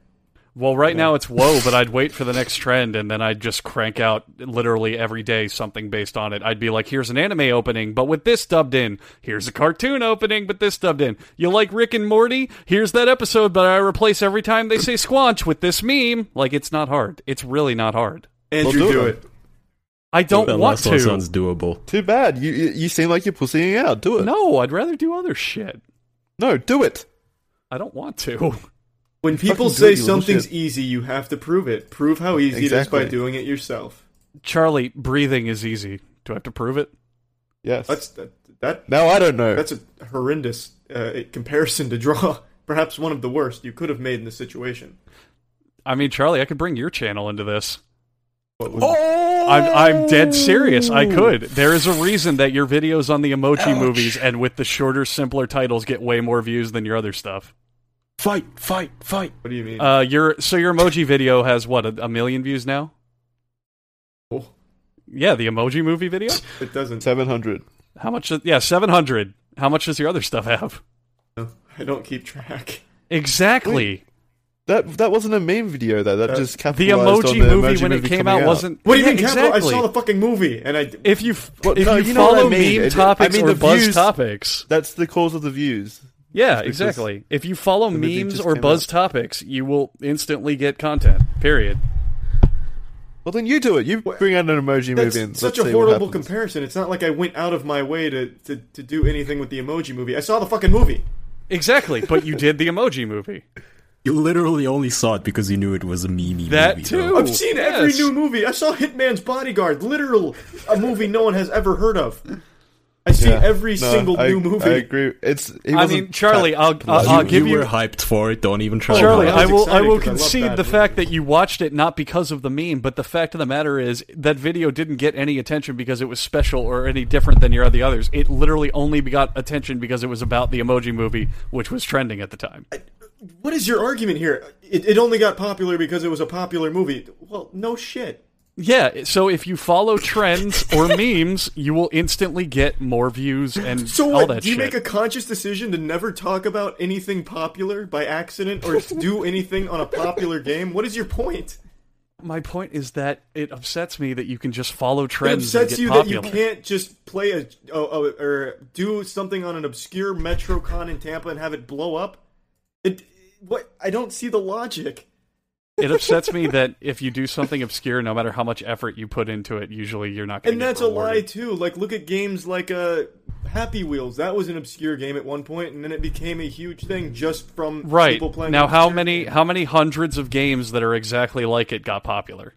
A: Well, right now it's whoa, but I'd wait for the next trend, and then I'd just crank out literally every day something based on it. I'd be like, "Here's an anime opening, but with this dubbed in. Here's a cartoon opening, but this dubbed in. You like Rick and Morty? Here's that episode, but I replace every time they say squanch with this meme. Like, it's not hard. It's really not hard.
C: Andrew,
B: do
C: do
B: it.
C: it.
A: I don't
D: that
A: want
D: last one
A: to.
D: sounds doable.
B: Too bad. You you you seem like you're pussying out. Do it.
A: No, I'd rather do other shit.
B: no, do it.
A: I don't want to.
C: When
B: Fucking
C: people
B: do
C: say
B: it, you little
C: something's
B: shit.
C: easy, you have to prove it. Prove how easy it is
B: Exactly.
C: by doing it yourself.
A: Charlie, breathing is easy. Do I have to prove it?
B: Yes.
C: That's that. that
B: now I don't know.
C: that's a horrendous uh, comparison to draw. Perhaps one of the worst you could have made in this situation.
A: I mean, Charlie, I could bring your channel into this.
C: What would-
B: oh,
A: I'm, I'm dead serious. I could. There is a reason that your videos on the emoji movies and with the shorter, simpler titles get way more views than your other stuff.
D: Fight, fight, fight.
C: What do you mean?
A: Uh, your so your emoji video has what a, a million views now?
B: Uh,
C: Oh.
A: Yeah, the emoji movie video.
C: it doesn't.
B: Seven hundred.
A: How much? does- Yeah, seven hundred. How much does your other stuff have?
C: I don't keep track.
A: Exactly.
B: That that wasn't a meme video though. That
C: Uh,
B: just
A: The
B: capitalized
A: emoji
B: on the
A: movie
B: emoji
A: when it
B: movie
A: came
B: coming
A: out wasn't.
C: What do you
A: Yeah,
C: mean, Capital?
A: exactly?
C: I saw the fucking movie, and I
A: if you f-
B: Well,
A: if
B: no,
A: you,
B: you know what I
A: follow
B: mean.
A: meme
B: It-
A: topics
B: I mean,
A: or
B: the
A: buzz
B: views-
A: topics,
B: That's the cause of the views.
A: Yeah,
B: because
A: exactly. If you follow
B: movie
A: memes
B: just
A: or
B: came
A: buzz
B: out.
A: topics, you will instantly get content. Period.
B: Well, then you do it. You bring out an emoji
C: That's
B: movie and let's
C: such
B: see
C: a
B: what
C: horrible
B: happens.
C: comparison. It's not like I went out of my way to, to, to do anything with the emoji movie. I saw the fucking movie.
A: Exactly. But you did the emoji movie.
D: You literally only saw it because you knew it was a meme.
A: That
D: movie,
A: too.
D: though.
C: I've seen every
A: yes.
C: new movie. I saw Hitman's Bodyguard, literal, a movie no one has ever heard of. I see
B: Yeah.
C: every
B: No,
C: single
B: I-
C: new movie.
B: I agree. It's. He
A: I
B: wasn't
A: mean, Charlie, I'll,
D: You,
A: I'll, I'll give
D: you
A: you.
D: were hyped for it. Don't even try. to
A: Charlie,
C: that
D: hide
A: I
C: was
A: will. I
C: exciting
A: will
C: 'cause I love
A: concede
C: that
A: the
C: movie.
A: fact that you watched it not because of the meme, but the fact of the matter is that video didn't get any attention because it was special or any different than your the others. It literally only got attention because it was about the emoji movie, which was trending at the time.
C: What is your argument here? It, it only got popular because it was a popular movie. Well, no shit.
A: Yeah, so if you follow trends or memes, you will instantly get more views and
C: So
A: all
C: what?
A: that
C: Do you
A: shit.
C: make a conscious decision to never talk about anything popular by accident or to do anything on a popular game? What is your point?
A: My point is that it upsets me that you can just follow
C: It
A: trends and
C: upsets
A: get
C: you
A: popular.
C: that you can't just play a, a, a or do something on an obscure MetroCon in Tampa and have it blow up. It what? I don't see the logic.
A: it upsets me that if you do something obscure, no matter how much effort you put into it, usually you're not going to
C: And that's a lie too. Like look at games like uh Happy Wheels. That was an obscure game at one point, and then it became a huge thing just from
A: Right.
C: people playing.
A: Now
C: an
A: how
C: obscure
A: many
C: game.
A: how many hundreds of games that are exactly like it got popular?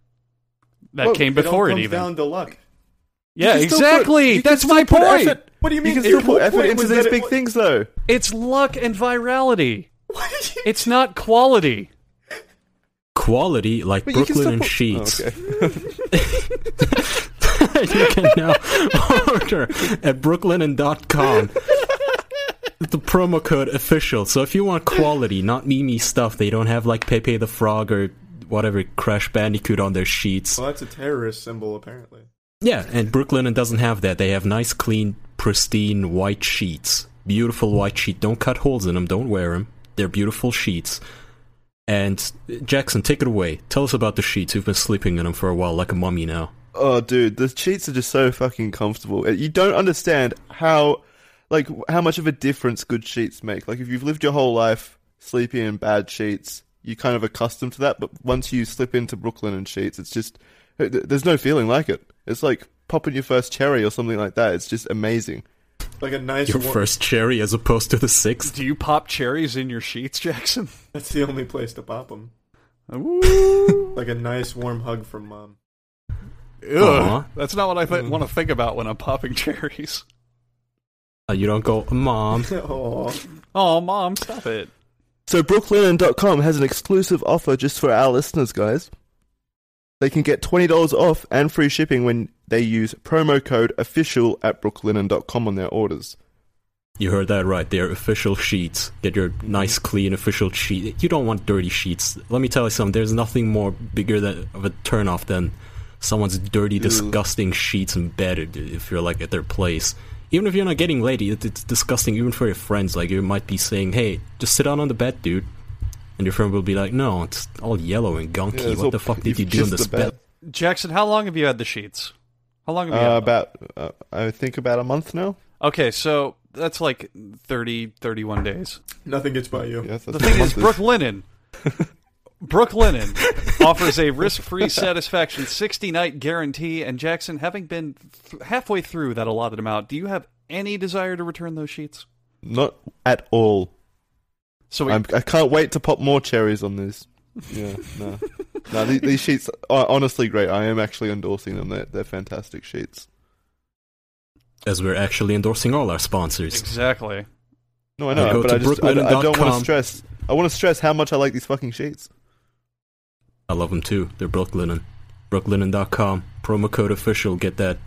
A: That
B: Well,
A: came
C: it all
A: before it,
C: comes
A: even.
C: down to luck.
A: yeah,
B: You can still put-
A: exactly.
B: you can
A: That's
B: still
A: my
B: put
A: point.
B: effort-
C: What do you
B: You
C: mean?
B: can still
C: Your whole
B: put effort
C: point
B: into
C: was that
B: these
C: it
B: big
C: wa-
B: things, though.
A: It's luck and virality.
C: What did you-
A: It's not quality.
D: Quality like
B: But you can
D: Brooklyn
B: still
D: and
B: put-
D: Sheets.
B: Oh, okay.
D: you can now order at brooklinen.com. The promo code official. So if you want quality, not mimi stuff, they don't have like Pepe the Frog or whatever Crash Bandicoot on their sheets.
C: Well, that's a terrorist symbol, apparently.
D: Yeah, and Brooklinen doesn't have that. They have nice, clean, pristine white sheets. Beautiful white sheet. Don't cut holes in them. Don't wear them. They're beautiful sheets. And Jackson, take it away. Tell us about the sheets. You've been sleeping in them for a while, like a mummy now.
B: Oh, dude, the sheets are just so fucking comfortable. Uh, You don't understand how, like, w- how much of a difference good sheets make. Like, if you've lived your whole life sleeping in bad sheets, you're kind of accustomed to that. But once you slip into Brooklyn and sheets, it's just uh, th- there's no feeling like it. It's like popping your first cherry or something like that. It's just amazing.
C: Like a nice
D: Your
C: warm-
D: first cherry as opposed to the sixth.
A: Do you pop cherries in your sheets, Jackson?
C: That's the only place to pop them.
A: Ooh.
C: Like a nice warm hug from mom.
A: Ugh.
D: Aw.
A: That's not what I th- want to think about when I'm popping cherries.
D: Uh, you don't go, Mom.
C: Aw.
A: Oh, mom, stop it.
B: So brooklinen.com has an exclusive offer just for our listeners, guys. They can get $20 off and free shipping when they use promo code official at brooklinen.com on their orders.
D: You heard that right. They're official sheets. Get your nice, clean official sheet. You don't want dirty sheets. Let me tell you something. There's nothing more bigger than of a turnoff than someone's dirty, disgusting sheets in bed. i- If you're like at their place, even if you're not getting lady, it, it's disgusting. Even for your friends, like you might be saying, "Hey, just sit down on the bed, dude," and your friend will be like, "No, it's all yellow and
B: Yeah,
D: gunky.
B: it's all-
D: what the fuck
B: you've
D: did you do in
B: kissed the
D: this bed?"
A: Jackson, how long have you had the sheets? How long have you
B: Uh,
A: had them?
B: about, uh, I think about a month now.
A: Okay, so that's like 30, 31 days.
C: Nothing gets by you.
B: Yeah, that's
A: The
B: what a
A: thing is,
B: month
A: Brook Linen, Brook Linen offers a risk-free satisfaction 60-night guarantee. And Jackson, having been th- halfway through that allotted amount, do you have any desire to return those sheets?
B: Not at all.
A: So we,
B: I'm, I can't wait to pop more cherries on this. Yeah, no. no, these, these sheets are honestly great. I am actually endorsing them. They're, they're fantastic sheets.
D: As we're actually endorsing all our sponsors.
A: exactly.
B: No, I know,
D: go
B: but
D: to
B: I just I, I don't want to
D: brooklinen.com.
B: stress. I want to stress how much I like these fucking sheets.
D: I love them too. They're Brooklinen. Brooklinen.com. Promo code official. Get that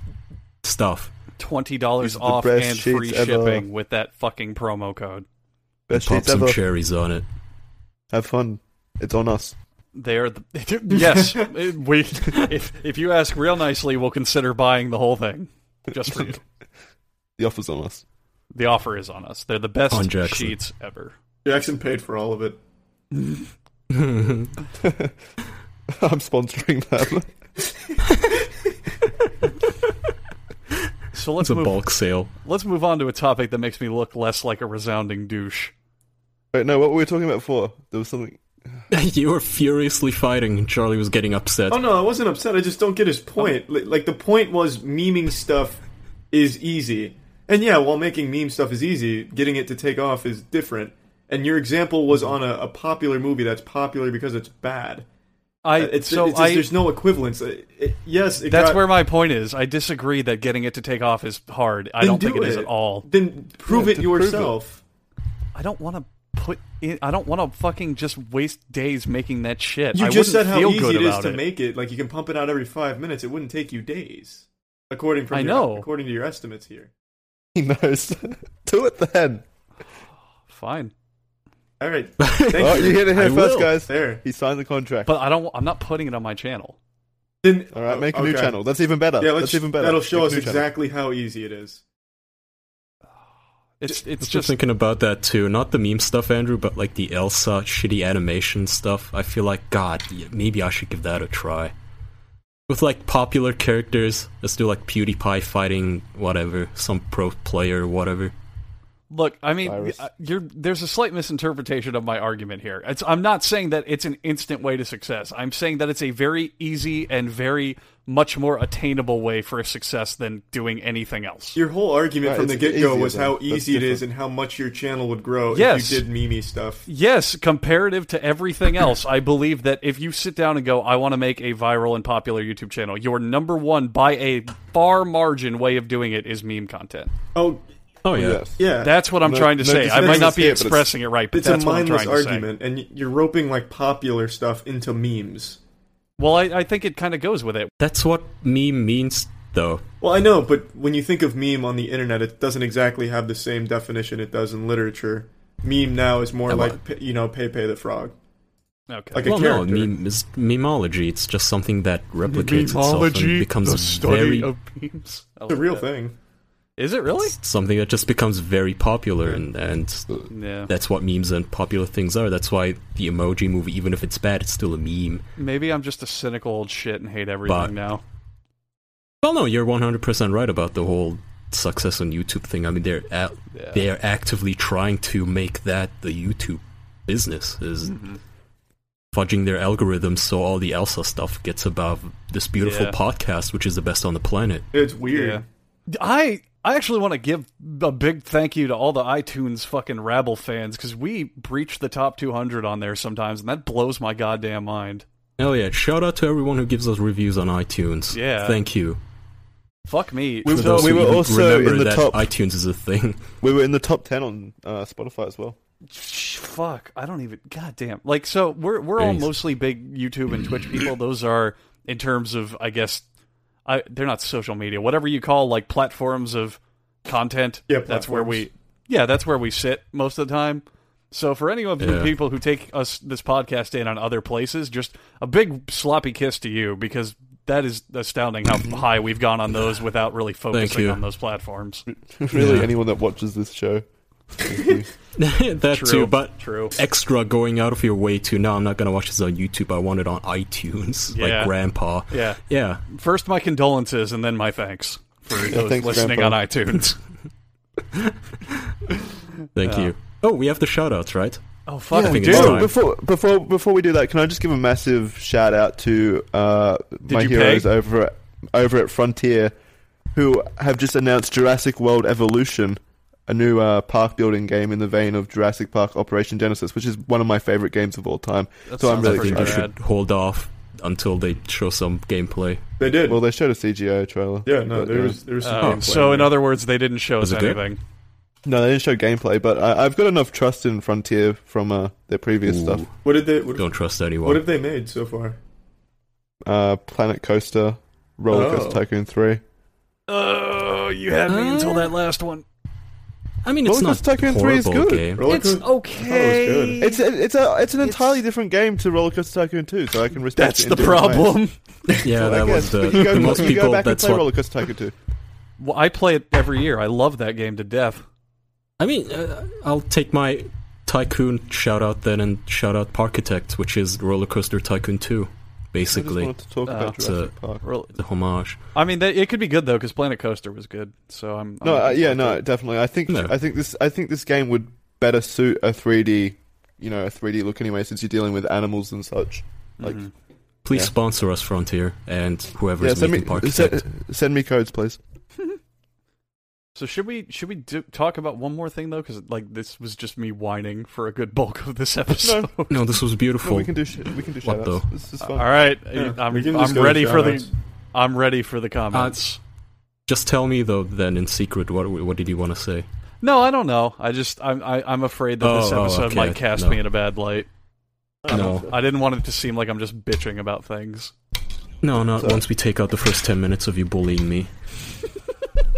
D: stuff.
A: Twenty
B: These
A: dollars
B: are the
A: off
B: best
A: and
B: sheets
A: free
B: ever.
A: shipping with that fucking promo code.
D: And
B: Best
D: pop
B: sheets
D: some
B: ever.
D: cherries on it.
B: Have fun. It's on us.
A: They are the yes. we if if you ask real nicely, we'll consider buying the whole thing just for you.
B: The offer's on us.
A: The offer is on us. They're the best
D: On Jackson.
A: sheets ever.
C: Jackson paid for all of it.
B: I'm sponsoring them.
A: So
D: It's
A: let's
D: a
A: move.
D: bulk sale.
A: Let's move on to a topic that makes me look less like a resounding douche.
B: Wait, no, what were we talking about before? There was something.
D: you were furiously fighting, and Charlie was getting upset.
C: Oh no, I wasn't upset. I just don't get his point. Li- Like the point was, memeing stuff is easy, and yeah, while making meme stuff is easy, getting it to take off is different. And your example
A: Mm-hmm.
C: was on a, a popular movie that's popular because it's bad.
A: I
C: Uh, It's,
A: so
C: it's just-
A: I
C: there's no equivalence. It- it- yes, it
A: that's
C: got-
A: where my point is. I disagree that getting it to take off is hard. I
C: then
A: don't think
C: do
A: it is at all.
C: Then prove
B: Yeah,
C: it
B: to prove it.
C: yourself.
A: I don't want to put in, I don't want to fucking just waste days making that shit.
C: You
A: I
C: just said
A: wouldn't
C: how
A: feel
C: easy
A: good
C: it is
A: about
C: to make it. Like you can pump it out every five minutes. It wouldn't take you days, according from
A: I
C: your,
A: know.
C: according to your estimates here.
B: He knows. Do it then.
A: Fine.
C: All right, thank
B: Oh,
C: you.
B: you hear it here
D: I
B: first,
D: will.
B: guys.
C: There.
B: He signed the contract.
A: But I don't I'm not putting it on my channel.
C: Then
B: All right,
C: oh,
B: make a new
C: okay.
B: channel. That's even better.
C: Yeah, let's,
B: Oh, That's even better.
C: That'll show
B: Make
C: us
B: a new channel.
C: exactly how easy it is.
A: It's
D: I was
A: it's
D: just
A: just
D: thinking about that too. Not the meme stuff, Andrew, but like the Elsa shitty animation stuff. I feel like, God, yeah, maybe I should give that a try. With like popular characters, let's do like PewDiePie fighting whatever, some pro player or whatever.
A: Look, I mean,
B: Virus.
A: uh, you're, there's a slight misinterpretation of my argument here. It's, I'm not saying that it's an instant way to success. I'm saying that it's a very easy and very much more attainable way for success than doing anything else.
C: Your whole argument
B: Right,
C: from the
B: it's- it's
C: get go
B: easier
C: was
B: though.
C: how
B: That's
C: easy it is
B: different.
C: and how much your channel would grow
A: Yes.
C: if you did memey stuff.
A: Yes, comparative to everything else, I believe that if you sit down and go, I want to make a viral and popular YouTube channel, your number one by a far margin way of doing it is meme content.
C: Oh,
D: Oh yeah.
B: Yes.
C: yeah.
A: That's what I'm
B: No-
A: trying to
B: no
A: say. I might
B: dissension
A: not be
B: here, but it's-
A: expressing it right, but
C: it's a
A: that's what I'm
C: mindless
A: trying to say.
C: argument, and y- you're roping like popular stuff into memes.
A: Well, I, I think it kind of goes with it.
D: That's what meme means, though.
C: Well, I know, but when you think of meme on the internet, it doesn't exactly have the same definition it does in literature. Meme now is more
D: Am I-
C: like Pe- you know Pepe the Frog,
A: Okay.
C: like
D: well,
C: a character.
D: no, meme is memology. It's just something that replicates itself and
A: Memology,
D: becomes
A: the study
D: very
A: of memes. I
C: It's a
A: like
C: real
A: that.
C: thing.
A: Is it really?
D: something that just becomes very popular, and and
A: Yeah.
D: that's what memes and popular things are. That's why the emoji movie, even if it's bad, it's still a meme.
A: Maybe I'm just a cynical old shit and hate everything
D: But-
A: now.
D: Well, no, you're 100 percent right about the whole success on YouTube thing. I mean, they're a
A: Yeah.
D: they're actively trying to make that the YouTube business is
B: Mm-hmm.
D: fudging their algorithms so all the Elsa stuff gets above this beautiful
A: Yeah.
D: podcast, which is the best on the planet.
C: It's weird.
A: I I actually want to give a big thank you to all the iTunes fucking rabble fans because we breach the top 200 on there sometimes, and that blows my goddamn mind.
D: Hell yeah! Shout out to everyone who gives us reviews on iTunes.
A: Yeah.
D: thank you.
A: Fuck me.
B: We- so
D: For those who
B: were
D: even
B: also
D: remember
B: in the
D: that
B: top-
D: iTunes is a thing.
B: We were in the top ten on uh, Spotify as well.
A: Sh- Fuck. I don't even. Goddamn. Like, so we're we're all
D: Jeez.
A: mostly big YouTube and Twitch people. Those are in terms of, I guess, I they're not social media. Whatever you call like platforms of content.
C: Yeah,
A: that's where we.
C: platforms.
A: Yeah, that's where we sit most of the time. So for any of the
D: Yeah.
A: people who take us this podcast in on other places, just a big sloppy kiss to you because that is astounding how high we've gone on those without really focusing
D: you.
A: on those platforms.
B: really,
D: Yeah.
B: anyone that watches this show. Thank you.
D: that
A: True,
D: too, but
A: true.
D: extra going out of your way to. No, I'm not gonna watch this on YouTube. I want it on iTunes,
A: Yeah.
D: like Grandpa.
A: Yeah.
D: Yeah,
A: First, my condolences, and then my thanks for those
B: thanks,
A: listening
B: Grandpa.
A: on iTunes.
D: thank you. Oh, we have the shout outs, right?
A: oh fuck,
D: Yeah,
A: we
D: I think it's
A: do.
D: time.
B: Oh, before before before we do that, can I just give a massive shout out to uh, my
A: you
B: heroes
A: pay?
B: over at, over at Frontier, who have just announced Jurassic World Evolution, a new uh, park building game in the vein of Jurassic Park Operation Genesis, which is one of my favorite games of all time.
A: That
B: so I'm
A: sounds
B: really
A: pretty
D: I think we
B: excited.
A: rad.
D: should hold off until they show some gameplay.
C: They did.
B: Well, they showed a CGI trailer.
C: yeah, no,
B: But,
C: there
B: uh,
C: was there was some
A: Oh,
C: gameplay
A: so in
C: there.
A: other words, they didn't show us
D: Was it good?
A: anything.
B: no, they didn't show gameplay, but I, I've got enough trust in Frontier from uh, their previous
D: Ooh,
B: stuff.
C: what did they what,
D: Don't trust anyone.
C: what have they made so far?
B: Uh, Planet Coaster, Roller
C: Oh.
B: Coaster Tycoon Three.
A: Oh, you had
D: Ah.
A: me until that last one.
D: I mean,
B: Roller
D: it's not
B: Coaster Tycoon
D: horrible
B: 3 is good.
D: game.
C: Roller
E: It's
C: coaster-
E: okay.
C: good.
B: It's a, it's a it's an
E: It's-
B: entirely different game to Roller Coaster Tycoon 2, so I can respect.
A: That's
B: it in
A: the
B: different ways.
A: problem.
D: Yeah,
B: So I
D: that was
B: guess,
D: the,
B: but you go,
D: the most
B: you go
D: people.
B: back
D: That's
B: and play
D: what.
B: Roller Coaster Tycoon 2.
A: Well, I play it every year. I love that game to death.
D: I mean, uh, I'll take my tycoon shout out then, and shout out Parkitect, which is Roller Coaster Tycoon Two,
B: I just
D: basically. Ah,
B: wanted to talk
A: Uh,
B: about
D: it's
B: Jurassic Park.
A: Real-
D: The homage.
A: I mean, that, it could be good though because Planet Coaster was good. So
D: Oh,
A: I'm. I'm
B: No, uh,
A: looking
B: yeah,
A: forward
B: no,
A: to it.
B: definitely. I think
D: No.
B: I think this I think this game would better suit a 3D, you know, a 3D look anyway, since you're dealing with animals and such. Like,
A: Mhm.
D: Please
B: Yeah.
D: sponsor us, Frontier, and whoever
B: yeah,
D: is
B: send
D: making
B: me
D: Parkitect.
B: send, send me codes, please.
A: So should we should we do, talk about one more thing though? Because like this was just me whining for a good bulk of this episode.
D: No, this was
B: No,
D: beautiful.
B: we can do sh- we can do
D: What Uh,
B: shoutouts. This is
A: All
B: fun.
A: right,
C: Yeah, we can
A: I'm,
C: just
A: I'm
C: go
A: ready
C: to
A: for the
C: shout-outs.
A: I'm ready for the comments.
D: Just tell me though, then in secret, what what did you want to say?
A: no, I don't know. I just I'm I, I'm afraid that this
D: Oh, oh,
A: episode
D: okay,
A: might cast
D: no.
A: me in a bad light.
D: No,
A: I didn't want it to seem like I'm just bitching about things.
D: no, not
B: Sorry.
D: once we take out the first ten minutes of you bullying me.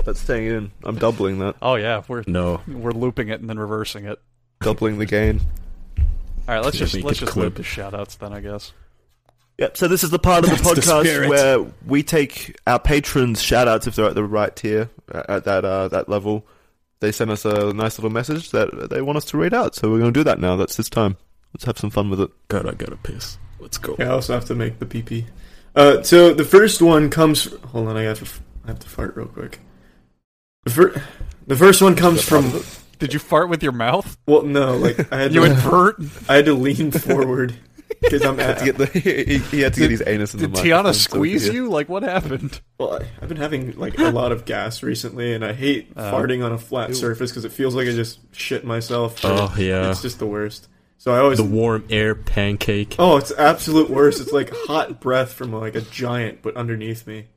B: That's staying in. I'm doubling that.
A: Oh yeah, we're
D: No,
A: we're looping it and then reversing it.
B: Doubling the gain.
A: All right, let's
D: Yeah,
A: just
D: make
A: let's
D: it
A: just
D: clip.
A: loop the shoutouts then, I guess.
B: Yep. So this is the part of
D: That's
B: the
D: the
B: podcast
D: spirit.
B: where we take our patrons' shout-outs if they're at the right tier uh, at that uh, that level. They send us a nice little message that they want us to read out. So we're going to do that now. That's this time. Let's have some fun with it.
D: God, I gotta piss. Let's go.
C: I also have to make the PP. Uh, so the first one comes. Hold on, I have to. f- I have to fart real quick. The, fir- the first one comes from.
A: Did you fart with your mouth?
C: Well, no, like I had
A: You
C: to,
A: invert?
C: I had to lean forward because I'm.
B: Had to get the, he, he had to get his anus in
A: Did
B: the
A: Tiana
B: microphone so we could
A: squeeze
B: hear.
A: you? Like what happened?
C: Well, I- I've been having like a lot of gas recently, and I hate
A: Oh.
C: farting on a flat
B: Ew.
C: surface because it feels like I just shit myself.
D: Oh yeah,
C: It's just the worst. So I always.
D: the warm air pancake.
C: oh, it's absolute worst. It's like hot breath from like a giant, but underneath me.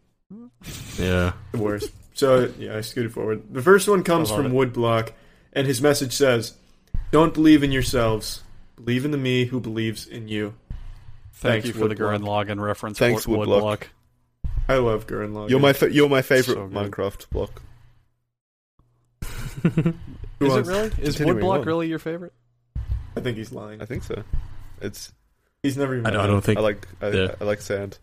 D: Yeah.
C: the worst. So yeah, I scooted forward. The first one comes
A: I love
C: from Woodblock, and his message says, "Don't believe in yourselves. Believe in the me who believes in you."
A: Thank
C: Thanks,
A: you for the
C: Woodblock.
A: Gurren Logan reference.
B: Thanks,
A: Fort
B: Woodblock.
A: Woodblock.
C: I love Gurren Lagann.
B: You're my fa- you're my favorite
A: So good.
B: Minecraft block.
C: Who
A: Is it
C: wants-
A: really? Is
B: Continuing
A: Woodblock
B: on.
A: really your favorite?
C: I think he's lying.
B: I think so. It's
C: He's never even.
D: I don't, I don't think
B: I like I,
D: Yeah.
B: I like sand.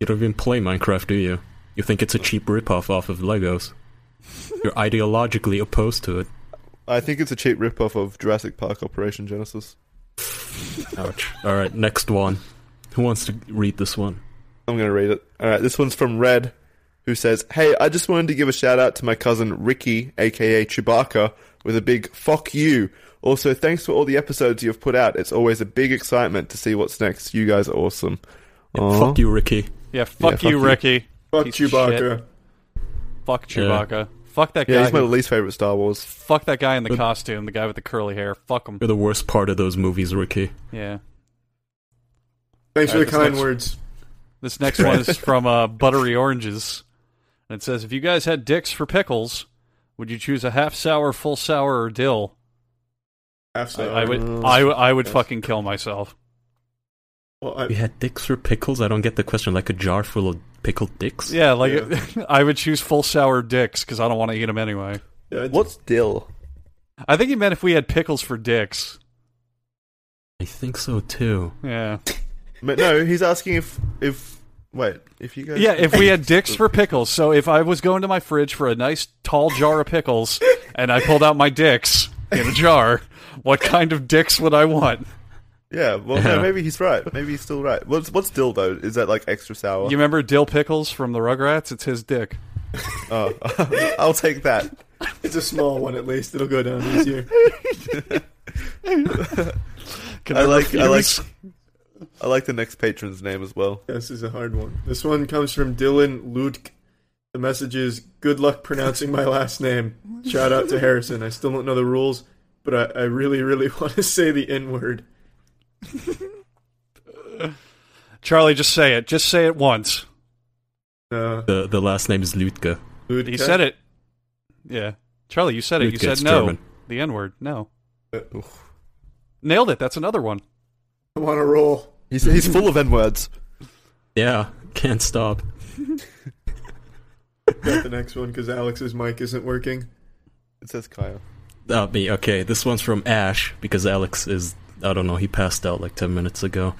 D: you don't even play Minecraft, do you? You think it's a cheap ripoff off of Legos. You're ideologically opposed to it.
B: I think it's a cheap ripoff of Jurassic Park Operation Genesis.
D: Ouch. All right, next one. Who wants to read this one?
B: I'm going to read it. All right, this one's from Red, who says, Hey, I just wanted to give a shout out to my cousin Ricky, aka Chewbacca, with a big fuck you. Also, thanks for all the episodes you've put out. It's always a big excitement to see what's next. You guys are awesome. Aw.
D: Fuck you, Ricky.
A: Yeah, fuck
B: fuck
A: you,
B: you.
A: Ricky.
C: fuck
A: piece of
C: Chewbacca.
A: Fuck
D: Yeah.
A: Chewbacca. Fuck that guy.
B: Yeah, he's my
A: who-
B: least favorite Star Wars.
A: fuck that guy in the costume. The guy with the curly hair. Fuck him.
D: You're the worst part of those movies, Ricky.
A: Yeah.
C: Thanks for
A: Alright, this
C: the kind
A: next-
C: words.
A: This next one is from uh, Buttery Oranges. And it says If you guys had dicks for pickles, would you choose a half sour, full sour, or dill?
C: Half
A: I,
C: sour.
A: I would,
B: uh,
A: I, I would
C: yes.
A: fucking kill myself.
C: Well, I,
D: We had dicks for pickles. I don't get the question. Like a jar full of pickled dicks.
A: Yeah, like I would choose full sour dicks because I don't want to eat them anyway.
C: yeah, I-
B: What's dill?
A: I think he meant if we had pickles for dicks.
D: I think so too.
A: Yeah,
B: Ma- No, he's asking if if wait if you guys
A: yeah. If we had dicks for pickles, so if I was going to my fridge for a nice tall jar of pickles and I pulled out my dicks in a jar, what kind of dicks would I want?
B: yeah well no maybe he's right maybe he's still right what's what's dill though is that like extra sour
A: You remember Dill Pickles from the Rugrats? It's his dick.
B: oh, I'll take that
C: It's a small one at least. It'll go down easier.
A: Can
B: I like I like
A: refuse?
B: I like the next patron's name as well
C: this is a hard one. This one comes from Dylan Ludk. The message is good luck pronouncing my last name. Shout out to Harrison. I still don't know the rules, but I, I really, really want to say the N word.
A: Charlie. Just say it. Just say it once.
C: Uh,
D: The the last name is Lutke.
C: Ludke?
A: He said it. Yeah, Charlie, you said it. You
D: Lutke,
A: said
D: it's
A: no.
D: German.
A: The N word. No.
C: Uh,
A: Nailed it. That's another one.
C: I want to roll.
B: he's he's full of n words
D: Yeah, can't stop.
C: Got the next one because Alex's mic isn't working.
B: it says Kyle
D: Not me. Okay, this one's from Ash because Alex is. I don't know. He passed out like ten minutes ago.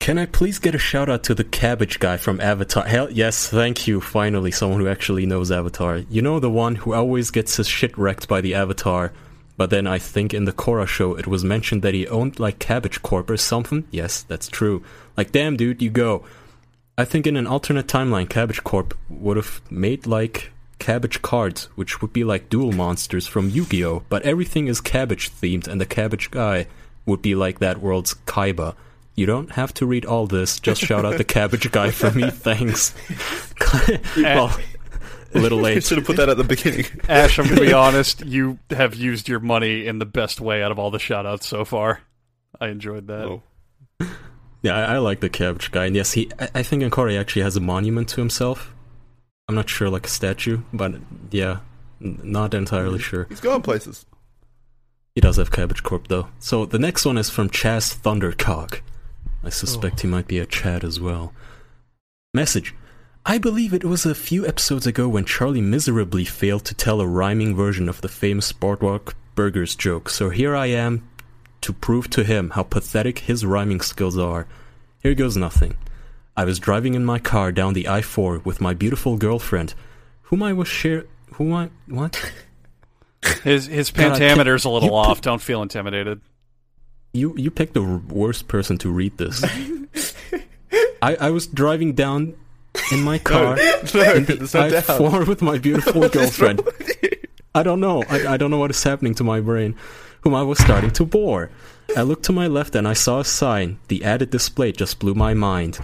D: Can I please get a shout out to the cabbage guy from Avatar? Hell yes, thank you. Finally, someone who actually knows Avatar. You know the one who always gets his shit wrecked by the Avatar. But then I think in the Korra show it was mentioned that he owned like Cabbage Corp or something. Yes, that's true. Like damn dude, you go. I think in an alternate timeline, Cabbage Corp would have made like cabbage cards, which would be like dual monsters from Yu Gi Oh! But everything is cabbage themed, and the cabbage guy would be like that world's Kaiba. You don't have to read all this, just shout out the cabbage guy for me, thanks. well, a little
B: you
D: late.
B: should have put that at the beginning
A: Ash, I'm gonna be honest. You have used your money in the best way out of all the shoutouts so far. I enjoyed that.
B: oh.
D: Yeah, I, I like the cabbage guy, and yes, he. I, I think Encore actually has a monument to himself. I'm not sure, like a statue, but yeah, n- not entirely sure.
B: he's gone places
D: He does have Cabbage Corp though. So the next one is from Chaz Thundercock. I suspect he might be a Chad as well. Message. I believe it was a few episodes ago when Charlie miserably failed to tell a rhyming version of the famous Boardwalk Burgers joke, so here I am to prove to him how pathetic his rhyming skills are. Here goes nothing. I was driving in my car down the I 4 with my beautiful girlfriend, whom I was share. Whom I. What?
A: His his
D: God, I can't-
A: pentameter's a little
D: you
A: off.
D: put-
A: Don't feel intimidated.
D: You you picked the worst person to read this. I, I was driving down in my car
B: no
D: in the
B: there's no doubt
D: I-4 with my beautiful
B: What's wrong
D: girlfriend. I don't know. I, I don't know what is happening to my brain, whom I was starting to bore. I looked to my left and I saw a sign. The added display just blew my mind.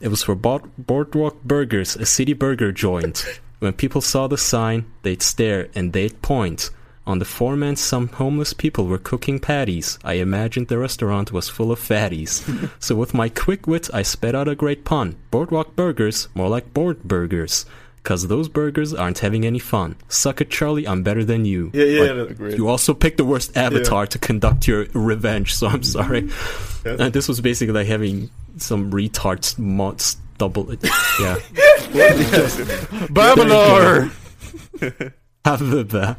D: It was for Board- Boardwalk Burgers, a city burger joint. When people saw the sign, they'd stare and they'd point. On the foreman, some homeless people were cooking patties. I imagined the restaurant was full of fatties. so with my quick wit, I sped out a great pun. Boardwalk burgers, more like board burgers. Cause those burgers aren't having any fun. Suck it, Charlie, I'm better than you.
C: Yeah, yeah,
D: But
C: agreed.
D: You also picked the worst avatar to conduct your revenge, so I'm sorry.
C: Yeah.
D: And this was basically like having some retards mods double. Yeah.
A: Babylor.
D: Have the- the-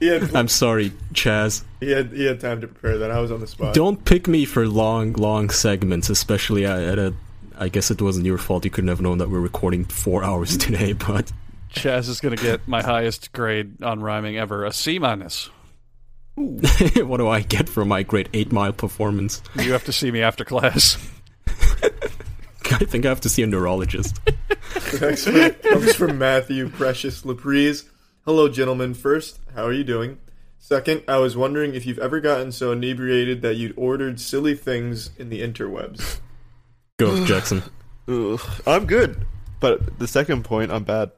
C: He had,
D: I'm sorry, Chaz.
C: he had he had time to prepare that. I was on the spot.
D: Don't pick me for long, long segments, especially at at a. I guess it wasn't your fault. You couldn't have known that we're recording four hours today, but
A: Chaz is gonna get my highest grade on rhyming ever, a C minus.
D: what do I get for my great eight mile performance?
A: You have to see me after class.
D: I think I have to see a neurologist.
C: The next one comes from Matthew Precious Laprise. Hello, gentlemen. First, how are you doing? Second, I was wondering if you've ever gotten so inebriated that you'd ordered silly things in the interwebs.
D: Go, Jackson.
B: Ugh. I'm good but the second point I'm bad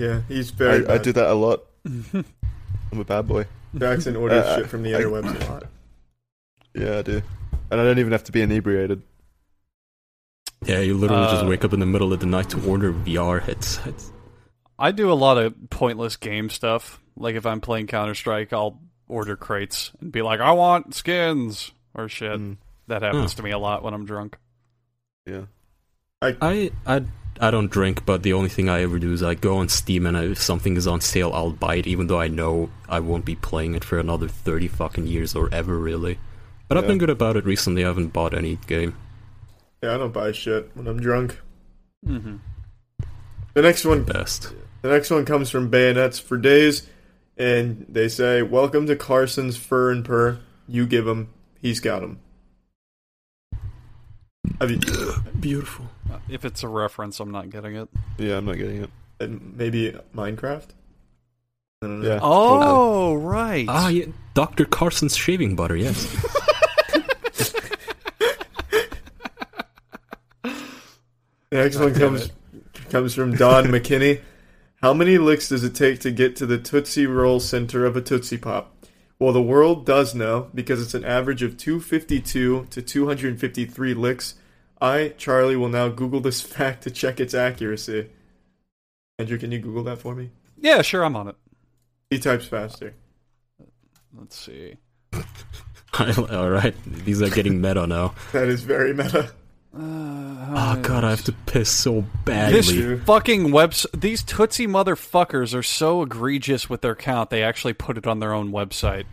C: Yeah, he's very.
B: I, I
C: bad.
B: do that a lot. I'm a bad boy.
C: Jackson orders
B: Uh,
C: shit from the
B: I-
C: interwebs a lot.
B: Yeah, I do. And I don't even have to be inebriated.
D: Yeah, you literally just
A: Uh,
D: wake up in the middle of the night to order VR headsets.
A: I do a lot of pointless game stuff. Like if I'm playing Counter Strike, I'll order crates and be like, "I want skins" or shit.
B: Mm,
A: That happens to me a lot when I'm drunk.
B: yeah.
D: I I I don't drink, but the only thing I ever do is I go on Steam and I, if something is on sale, I'll buy it, even though I know I won't be playing it for another thirty fucking years or ever really. But I've
B: Yeah.
D: been good about it recently. I haven't bought any game.
C: Yeah, I don't buy shit when I'm drunk.
A: Mm-hmm.
C: The next one,
D: Best.
C: the next one comes from Bayonets for days, and they say, "Welcome to Carson's fur and purr. You give him, he's got him." I mean,
D: Beautiful.
A: Uh, If it's a reference, I'm not getting it.
B: Yeah, I'm not getting it.
C: and maybe Minecraft. I don't know.
B: Yeah.
A: Oh right.
D: Ah, yeah, Dr. Carson's shaving butter. Yes.
C: The next one comes comes from Don McKinney. How many licks does it take to get to the Tootsie Roll center of a Tootsie Pop? Well, the world does know because it's an average of 252 to 253 licks. I, Charlie, will now Google this fact to check its accuracy. Andrew, can you Google that for me?
A: Yeah, sure, I'm on it.
C: He types faster.
A: Let's see.
D: All right. These are getting meta now.
C: That is very meta.
A: Uh, how
D: Oh
A: many
D: god, I have to piss so badly.
A: This fucking webs. These Tootsie motherfuckers are so egregious with their count. They actually put it on their own website.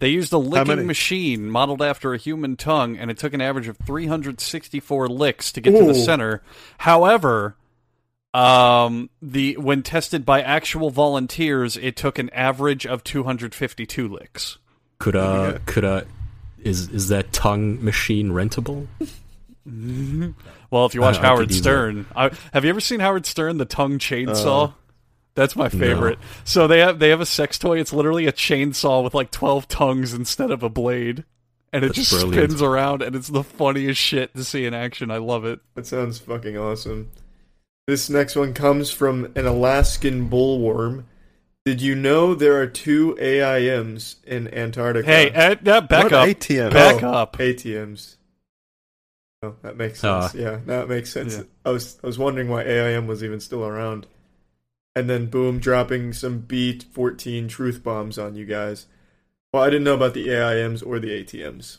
A: They used a
B: many?
A: licking machine modeled after a human tongue, and it took an average of 364 licks to get to
C: Ooh.
A: the center. However, um, the when tested by actual volunteers, it took an average of 252 licks.
D: Could uh, could uh, is is that tongue machine rentable?
A: Well, if you watch
D: Uh, I could
A: Howard
D: do that.
A: Stern, I, have you ever seen Howard Stern, the tongue chainsaw? That's my favorite. So they have they have a sex toy. It's literally a chainsaw with like twelve tongues instead of a blade, and it
D: That's
A: just
D: brilliant.
A: spins around, and it's the funniest shit to see in action. I love it.
C: That sounds fucking awesome. This next one comes from an Alaskan bullworm. Did you know there are two AIMs in Antarctica?
A: Hey, uh, uh, back
B: What
A: up,
B: ATM?
A: back
C: Oh.
A: up.
C: ATMs. Oh, that makes sense.
D: Ah.
C: yeah, that makes sense.
A: Yeah.
C: I was I was wondering why AIM was even still around. And then boom, dropping some B fourteen truth bombs on you guys. Well, I didn't know about the AIMs or the ATMs.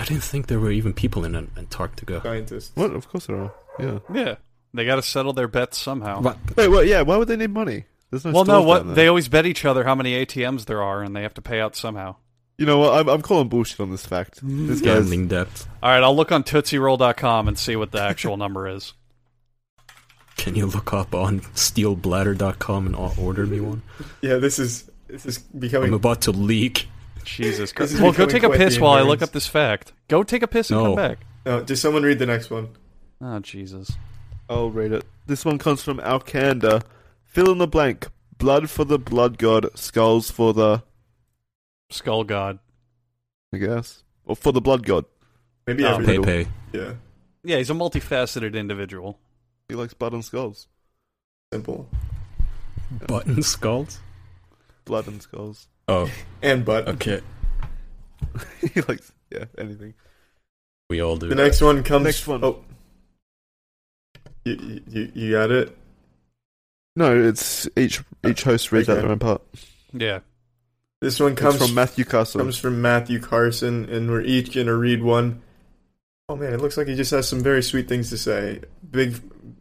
D: I didn't think there were even people in An- Antarctica.
C: Scientists.
B: What? Of course they are. Yeah.
A: Yeah, they got to settle their bets somehow.
D: But
B: Wait, well, yeah, why would they need money? There's no
A: well, no,
B: stores
A: what
B: down there.
A: they always bet each other how many ATMs there are, and they have to pay out somehow.
B: You know what? I'm, I'm calling bullshit on this fact. This guy's
D: gambling debt.
A: All right, I'll look on TootsieRoll.com and see what the actual number is.
D: Can you look up on steelbladder.com and o- order me one?
C: Yeah, this is this is
D: I'm
C: becoming
D: about to leak.
A: Jesus
C: This
A: Christ.
C: is
A: Well, go
C: becoming
A: take a
C: quite
A: piss
C: the
A: while I
C: occurrence.
A: look up this fact. Go take a piss and
D: No.
A: come back.
C: no, did uh, someone read the next one?
A: Oh, Jesus.
B: I'll read it. Oh, This one comes from Alcanda. Fill in the blank. Blood for the blood god, skulls for the,
A: Skull God.
B: I guess, or for the blood god.
C: Maybe
A: Oh.
C: every
D: Pay pay.
C: yeah.
A: Yeah, he's a multifaceted individual.
B: He likes blood and skulls.
C: Simple.
D: Button skulls?
B: Blood and skulls.
D: Oh,
C: And but
D: okay.
B: he likes, yeah, anything.
D: We all do.
C: the next one comes
B: Next one.
C: Oh. You, you- you, you got it?
B: No, it's each each host reads out
C: Okay.
B: their own part.
A: Yeah.
C: This one
B: It's
C: comes
B: from Matthew Castle.
C: comes from Matthew Carson, and we're each gonna read one. Oh man, it looks like he just has some very sweet things to say. Big,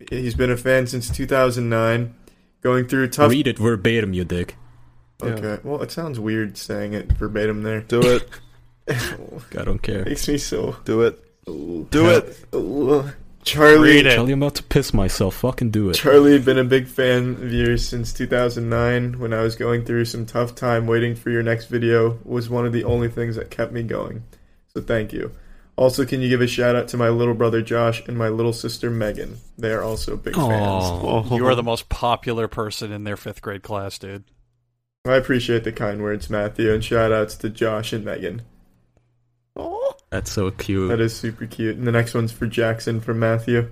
C: he's been a fan since 2009. Going through tough.
D: Read it verbatim, you dick.
B: Yeah.
C: okay, well, it sounds weird saying it verbatim there.
B: Do it.
D: I don't care.
C: Makes me so.
B: Do it. Do
D: Yeah.
B: it.
C: Charlie,
A: Read it.
D: Charlie, I'm about to piss myself. Fucking do it.
C: Charlie, been a big fan of yours since 2009. When I was going through some tough time waiting for your next video, was one of the only things that kept me going. So thank you. Also, can you give a shout out to my little brother Josh and my little sister Megan? They are also big fans.
D: Aww.
A: You are the most popular person in their fifth grade class, dude.
C: I appreciate the kind words, Matthew, and shout outs to Josh and Megan.
B: Oh.
D: That's so cute.
C: That is super cute. And the next one's for Jackson from Matthew.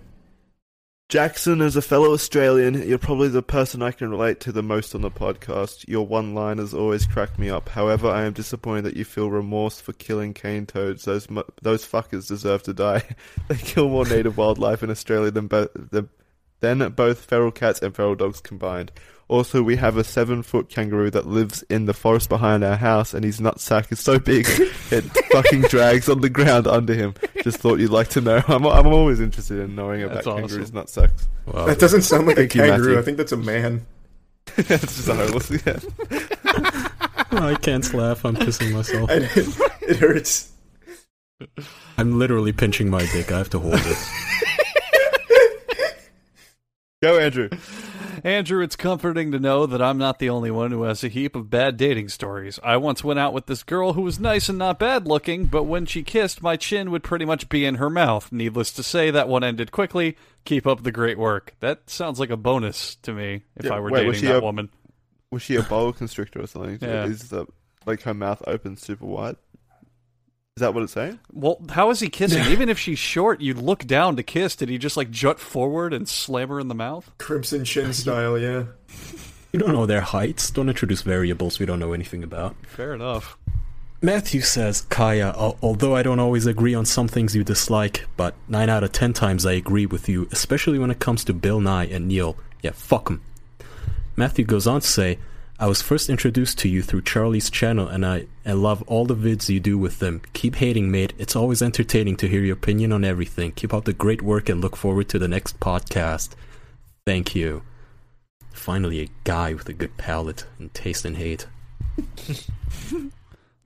B: Jackson, as a fellow Australian, you're probably the person I can relate to the most on the podcast. Your one liners always crack me up. However, I am disappointed that you feel remorse for killing cane toads. Those mu- those fuckers deserve to die. they kill more native wildlife in Australia than, bo- than, than both feral cats and feral dogs combined. Also, we have a seven foot kangaroo that lives in the forest behind our house, and his nutsack is so big it fucking drags on the ground under him. Just thought you'd like to know. I'm, I'm always interested in knowing about
A: That's
B: kangaroos' nutsacks.
D: Wow.
C: That doesn't sound like
B: Oh,
C: a
B: Thank you,
C: kangaroo.
B: Matthew.
C: I think that's a man.
B: That's just a homeless. Yeah.
D: I can't laugh. I'm pissing myself.
C: I, it hurts.
D: I'm literally pinching my dick. I have to hold it.
B: Go, Andrew.
A: Andrew, it's comforting to know that I'm not the only one who has a heap of bad dating stories. I once went out with this girl who was nice and not bad looking, but when she kissed, my chin would pretty much be in her mouth. Needless to say, that one ended quickly. Keep up the great work. That sounds like a bonus to me if
B: Yeah,
A: I were
B: wait, was
A: dating
B: she
A: that
B: a-
A: woman.
B: Was she a boa constrictor or something?
A: Yeah.
B: Is the like her mouth open super wide? Is that what it's saying?
A: Well, how is he kissing? Even if she's short, you look down to kiss. Did he just like jut forward and slam her in the mouth?
C: Crimson chin style, yeah.
D: You don't know their heights. Don't introduce variables we don't know anything about.
A: Fair enough.
D: Matthew says, Kaya, al- although I don't always agree on some things you dislike, but 9 out of 10 times I agree with you, especially when it comes to Bill Nye and Neil. Yeah, fuck 'em. Matthew goes on to say, I was first introduced to you through Charlie's channel and I, I love all the vids you do with them. Keep hating, mate. It's always entertaining to hear your opinion on everything. Keep up the great work and look forward to the next podcast. Thank you. Finally, a guy with a good palate and taste in hate.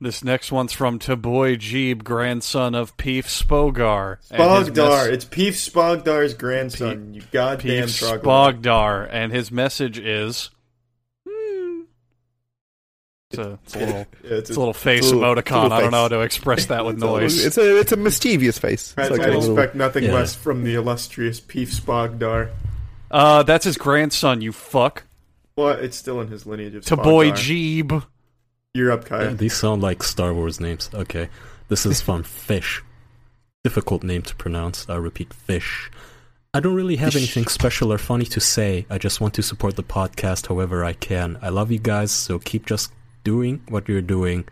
A: This next one's from Taboy Jeeb, grandson of Peef Spogar. and his mess-
C: Spogdar. It's Peef Spogdar's grandson. you goddamn
A: Peeps
C: troglodyte.
A: Bogdar, and his message is. Hmm. It's a, it's a little,
C: Yeah,
A: it's
C: it's
A: a
C: a-
A: little face
B: It's a little- it's a
A: emoticon.
B: little
A: I don't know how
B: face.
A: to express that with noise.
B: It's a it's a mischievous face.
C: I,
B: It's like a
C: I
B: little-
C: expect nothing
D: yeah.
C: less from the illustrious Peef Spogdar.
A: Uh, that's his grandson. You fuck,
C: But it's still in his lineage of
A: Taboy
C: Spogdar.
A: Jeeb.
C: You're up,
D: Yeah,
C: Kaya.
D: these sound like Star Wars names. Okay. This is from Fish. Difficult name to pronounce. I repeat, Fish. I don't really have
B: Fish.
D: anything special or funny to say. I just want to support the podcast however I can. I love you guys, so keep just doing what you're doing.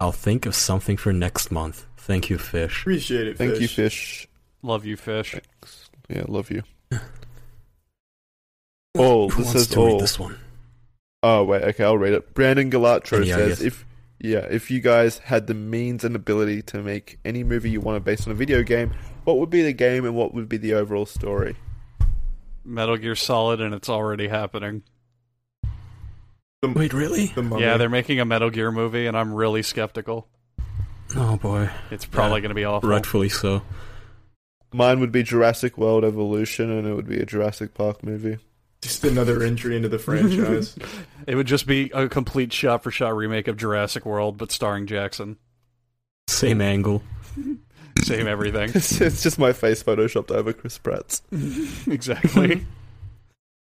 D: I'll think of something for next month. Thank you, Fish.
C: Appreciate it,
B: Thank
C: Fish.
B: you, fish.
A: Love you, fish.
B: Yeah, love you. All
D: Who
B: this
D: wants
B: is
D: to read
B: all.
D: this one?
B: Oh wait, okay, I'll read it. Brandon Galatro
D: Any
B: says
D: ideas?
B: if yeah, if you guys had the means and ability to make any movie you want based on a video game, what would be the game and what would be the overall story?
A: Metal Gear Solid, and it's already happening.
C: The,
D: Wait, really?
C: the mummy.
A: Yeah, they're making a Metal Gear movie, and I'm really skeptical.
D: Oh boy.
A: It's probably going to be awful.
D: Rightfully so.
B: Mine would be Jurassic World Evolution, and it would be a Jurassic Park movie.
C: just another entry into the franchise.
A: It would just be a complete shot-for-shot remake of Jurassic World, but starring Jackson.
D: Same angle.
A: Same everything.
B: It's, it's just my face photoshopped over Chris Pratt's.
A: exactly.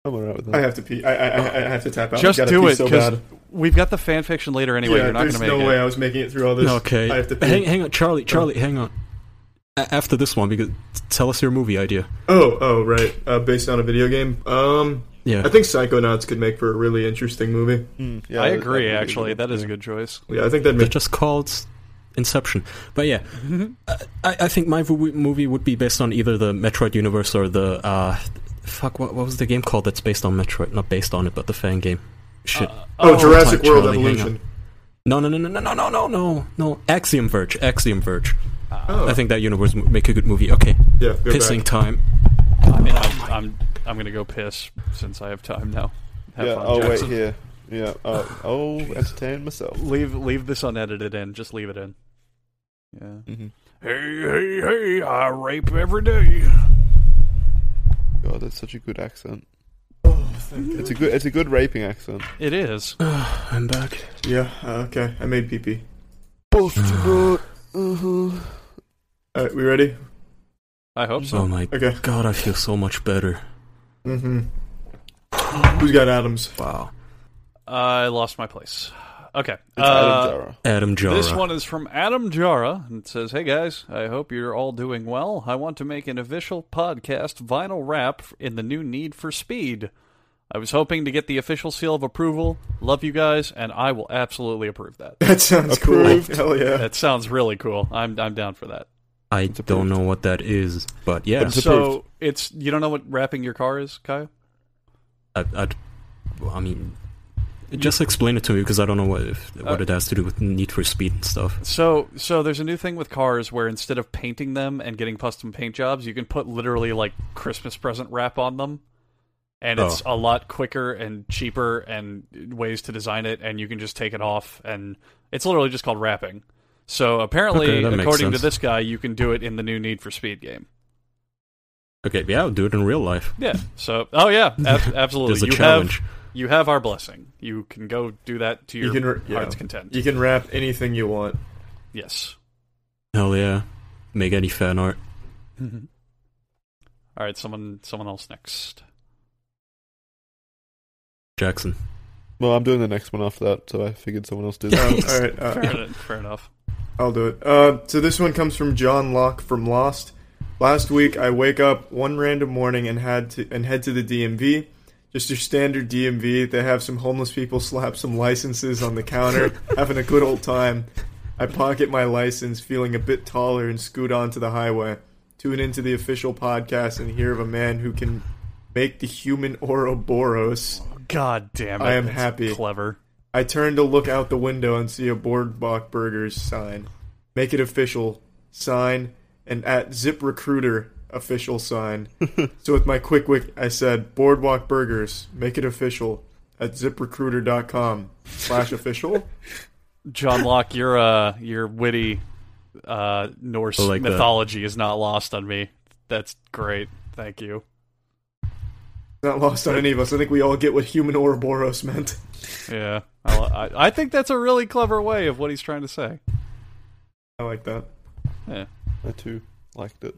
B: I'm alright with that.
C: I have to pee. I, I, I, I have to tap out.
A: Just
C: Gotta
A: do
C: pee
A: it,
C: so
A: 'cause
C: bad.
A: We've got the fan fiction later anyway.
C: yeah,
A: You're not going
C: there's
A: to make
C: no
A: it.
C: way I was making it through all this.
D: okay.
C: I have to pee.
D: hang, hang on,
B: Oh.
D: Charlie. Charlie, hang on. A- after this one, because tell us your movie idea.
C: Oh, oh, right. Uh, based on a video game. Um,
D: Yeah.
C: I think Psychonauts could make for a really interesting movie.
B: Mm, yeah,
A: Hmm. I agree.
B: that- that would be
A: actually,
B: good.
A: that is a
B: Yeah.
A: good choice.
C: Yeah, I think that'd
D: They're
C: make.
D: just called Inception. But yeah, I, I think my vo- movie would be based on either the Metroid universe or the uh, fuck. What, what was the game called that's based on Metroid? Not based on it, but the fan game. Shit.
C: Oh, Jurassic
D: Uh, time,
C: World
D: Charlie, hang
C: Evolution.
D: no, no, no, no, no, no, no, no, no, no. Axiom Verge. Axiom Verge.
C: Oh,
D: I think that universe would make a good movie. Okay,
C: yeah, go back.
D: pissing time.
A: I mean, I'm I'm, I'm going to go piss since I have time now. Have
B: Yeah,
A: fun,
C: oh,
B: I'll wait
A: Jackson.
B: here. Yeah, I'll, I'll entertain myself.
A: Leave leave this unedited in. Just leave it in. Yeah.
B: Mhm.
A: Hey hey hey! I rape every day.
B: God, that's such a good accent.
C: Oh, thank
B: It's a good, it's a good raping accent.
A: It is.
D: I'm back.
C: God. Yeah. uh, okay. I made PP.
A: Uh,
C: All right. We ready?
A: I hope so.
D: Oh my
C: Okay.
D: god, I feel so much better.
C: Mm-hmm. Who's got Adams?
D: Wow.
A: I lost my place. Okay.
B: It's
A: Uh,
B: Adam Dara.
D: Adam Jara.
A: This one is from Adam Jara and it says, "Hey guys, I hope you're all doing well. I want to make an official podcast vinyl rap in the new Need for Speed. I was hoping to get the official seal of approval. Love you guys, and I will absolutely approve that.
C: That sounds
B: Approved.
C: cool. Hell yeah.
A: that sounds really cool. I'm I'm down for that.
D: I don't know what that is, but yeah,
B: It's
A: So it's you don't know what wrapping your car is, Kyle?
D: I, I'd, well, I mean, just explain it to me because I don't know what if, what
A: Uh,
D: it has to do with Need for Speed and stuff.
A: So, so there's a new thing with cars where instead of painting them and getting custom paint jobs, you can put literally like Christmas present wrap on them, and it's a
D: Oh.
A: lot quicker and cheaper and ways to design it, and you can just take it off, and it's literally just called wrapping. So apparently,
D: Okay, that makes
A: according to
D: sense.
A: this guy, you can do it in the new Need for Speed game.
D: Okay, yeah, I'll do it in real life.
A: Yeah. So, oh yeah, ab- absolutely.
D: There's a
A: you
D: challenge.
A: have you have our blessing. You can go do that to
C: You
A: your
C: can re- yeah.
A: heart's content.
C: You can rap anything you want. Um,
A: yes.
D: Hell yeah, make any fan art.
A: All right. Someone, someone else next.
D: Jackson,
B: Well, I'm doing the next one after that, so I figured someone else did.
D: Yeah.
B: that.
C: Um, all right, uh,
A: Fair, enough. fair enough.
C: I'll do it. Uh, so this one comes from John Locke from Lost. Last week, I wake up one random morning and had to and head to the DMV. Just your standard DMV. They have some homeless people slap some licenses on the counter, having a good old time. I pocket my license, feeling a bit taller, and scoot onto the highway. Tune into the official podcast and hear of a man who can make the human Ouroboros.
A: Oh, God damn it.
C: I am
A: that's
C: happy.
A: Clever.
C: I turn to look out the window and see a Boardwalk Burgers sign. Make it official sign and at Zip Recruiter official sign. so with my quick wit, I said Boardwalk Burgers. Make it official at ZipRecruiter.com slash official.
A: John Locke, your uh your witty uh Norse
D: I like that.
A: mythology is not lost on me. That's great. Thank you.
C: Not lost on any of us. I think we all get what human Ouroboros meant.
A: Yeah. I, I, I think that's a really clever way of what he's trying to say.
C: I like that.
B: I too liked it.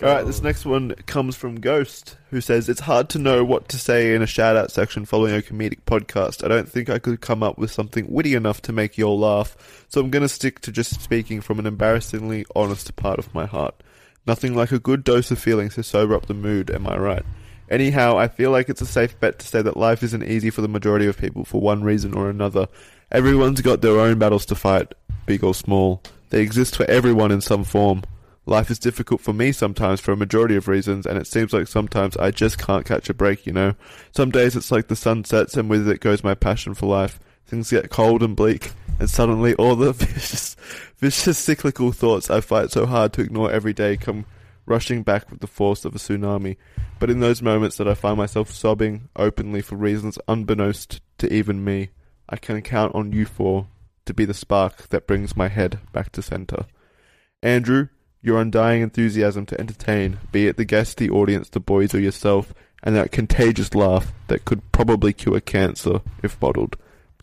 B: All right, this next one comes from Ghost, who says it's hard to know what to say in a shout out section following a comedic podcast. I don't think I could come up with something witty enough to make you all laugh, so I'm going to stick to just speaking from an embarrassingly honest part of my heart. Nothing like a good dose of feelings to sober up the mood, am I right? Anyhow, I feel like it's a safe bet to say that life isn't easy for the majority of people for one reason or another. Everyone's got their own battles to fight, big or small. They exist for everyone in some form. Life is difficult for me sometimes for a majority of reasons, and it seems like sometimes I just can't catch a break, you know? Some days it's like the sun sets, and with it goes my passion for life. Things get cold and bleak, and suddenly all the vicious, vicious cyclical thoughts I fight so hard to ignore every day come rushing back with the force of a tsunami. But in those moments that I find myself sobbing openly for reasons unbeknownst to even me, I can count on you four to be the spark that brings my head back to center. Andrew, your undying enthusiasm to entertain, be it the guest, the audience, the boys, or yourself, and that contagious laugh that could probably cure cancer if bottled.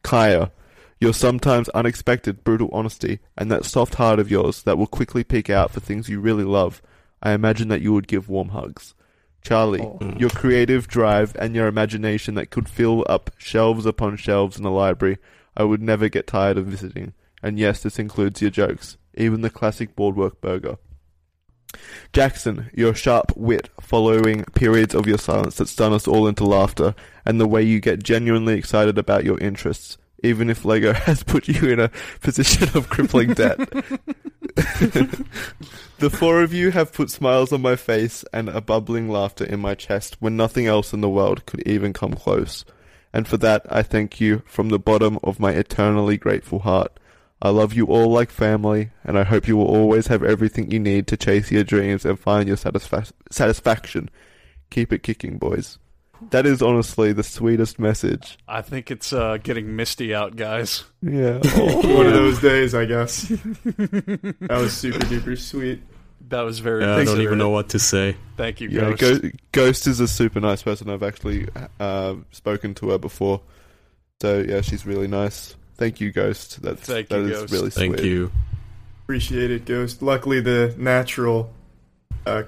B: Kaya, your sometimes unexpected brutal honesty, and that soft heart of yours that will quickly peek out for things you really love. I imagine that you would give warm hugs. Charlie,
C: Oh,
D: Mm.
B: your creative drive and your imagination that could fill up shelves upon shelves in the library, I would never get tired of visiting. And yes, this includes your jokes, even the classic boardwalk burger. Jackson, your sharp wit following periods of your silence that stun us all into laughter, and the way you get genuinely excited about your interests, even if Lego has put you in a position of crippling debt. the four of you have put smiles on my face and a bubbling laughter in my chest when nothing else in the world could even come close. And for that, I thank you from the bottom of my eternally grateful heart. I love you all like family, and I hope you will always have everything you need to chase your dreams and find your satisfa- satisfaction. Keep it kicking, boys. That is honestly the sweetest message.
A: I think it's uh getting misty out, guys.
B: Yeah.
C: One of those days, I guess. That was super duper sweet.
A: That was very
D: Yeah, I don't even
A: considerate.
D: know what to say.
A: Thank you,
B: yeah,
A: Ghost.
B: Ghost. Ghost is a super nice person. I've actually uh, spoken to her before, so yeah, she's really nice. Thank you, Ghost. That's
A: Thank
B: that
A: you,
B: is
A: Ghost.
B: really sweet.
D: Thank you.
C: Appreciate it, Ghost. Luckily, the natural uh, uh,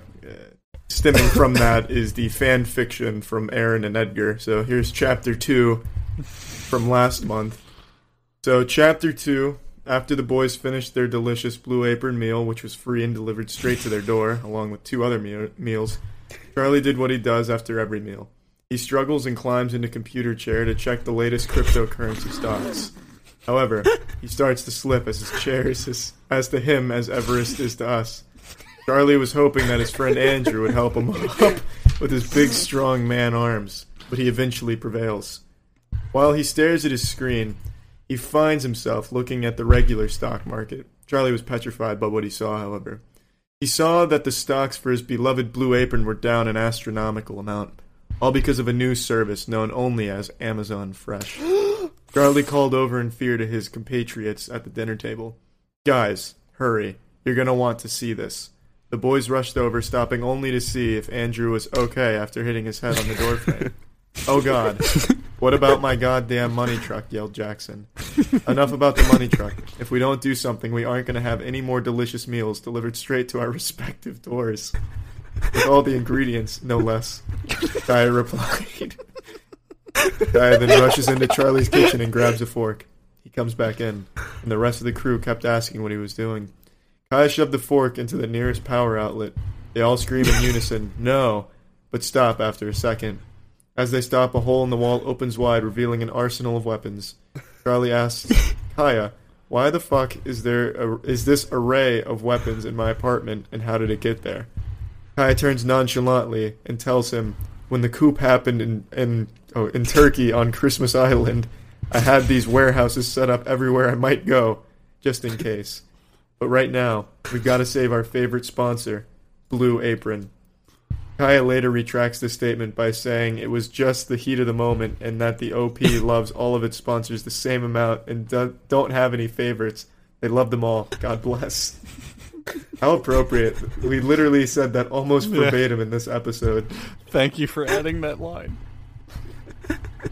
C: stemming from that is the fan fiction from Aaron and Edgar. So here's chapter two from last month. So, chapter two. After the boys finished their delicious blue apron meal, which was free and delivered straight to their door, along with two other meal- meals, Charlie did what he does after every meal. He struggles and climbs into computer chair to check the latest cryptocurrency stocks. However, he starts to slip as his chair is his, as to him as Everest is to us. Charlie was hoping that his friend Andrew would help him up with his big, strong man arms, but he eventually prevails. While he stares at his screen, he finds himself looking at the regular stock market. Charlie was petrified by what he saw, however. He saw that the stocks for his beloved Blue Apron were down an astronomical amount, all because of a new service known only as Amazon Fresh. Charlie called over in fear to his compatriots at the dinner table. Guys, hurry. You're going to want to see this. The boys rushed over, stopping only to see if Andrew was okay after hitting his head on the doorframe. oh, God. What about my goddamn money truck? yelled Jackson. Enough about the money truck. If we don't do something, we aren't going to have any more delicious meals delivered straight to our respective doors. With all the ingredients, no less. Dyer replied. Dyer then rushes into Charlie's kitchen and grabs a fork. He comes back in, and the rest of the crew kept asking what he was doing. Kai shoved the fork into the nearest power outlet. They all scream in unison, no, but stop after a second. As they stop, a hole in the wall opens wide, revealing an arsenal of weapons. Charlie asks Kaya, "Why the fuck is there a, is this array of weapons in my apartment, and how did it get there?" Kaya turns nonchalantly and tells him, "When the coup happened in in oh, in Turkey on Christmas Island, I had these warehouses set up everywhere I might go, just in case. But right now, we've got to save our favorite sponsor, Blue Apron." Kaya later retracts the statement by saying it was just the heat of the moment and that the OP loves all of its sponsors the same amount and do- don't have any favorites. They love them all. God bless. How appropriate. We literally said that almost verbatim in this episode.
A: Thank you for adding that line.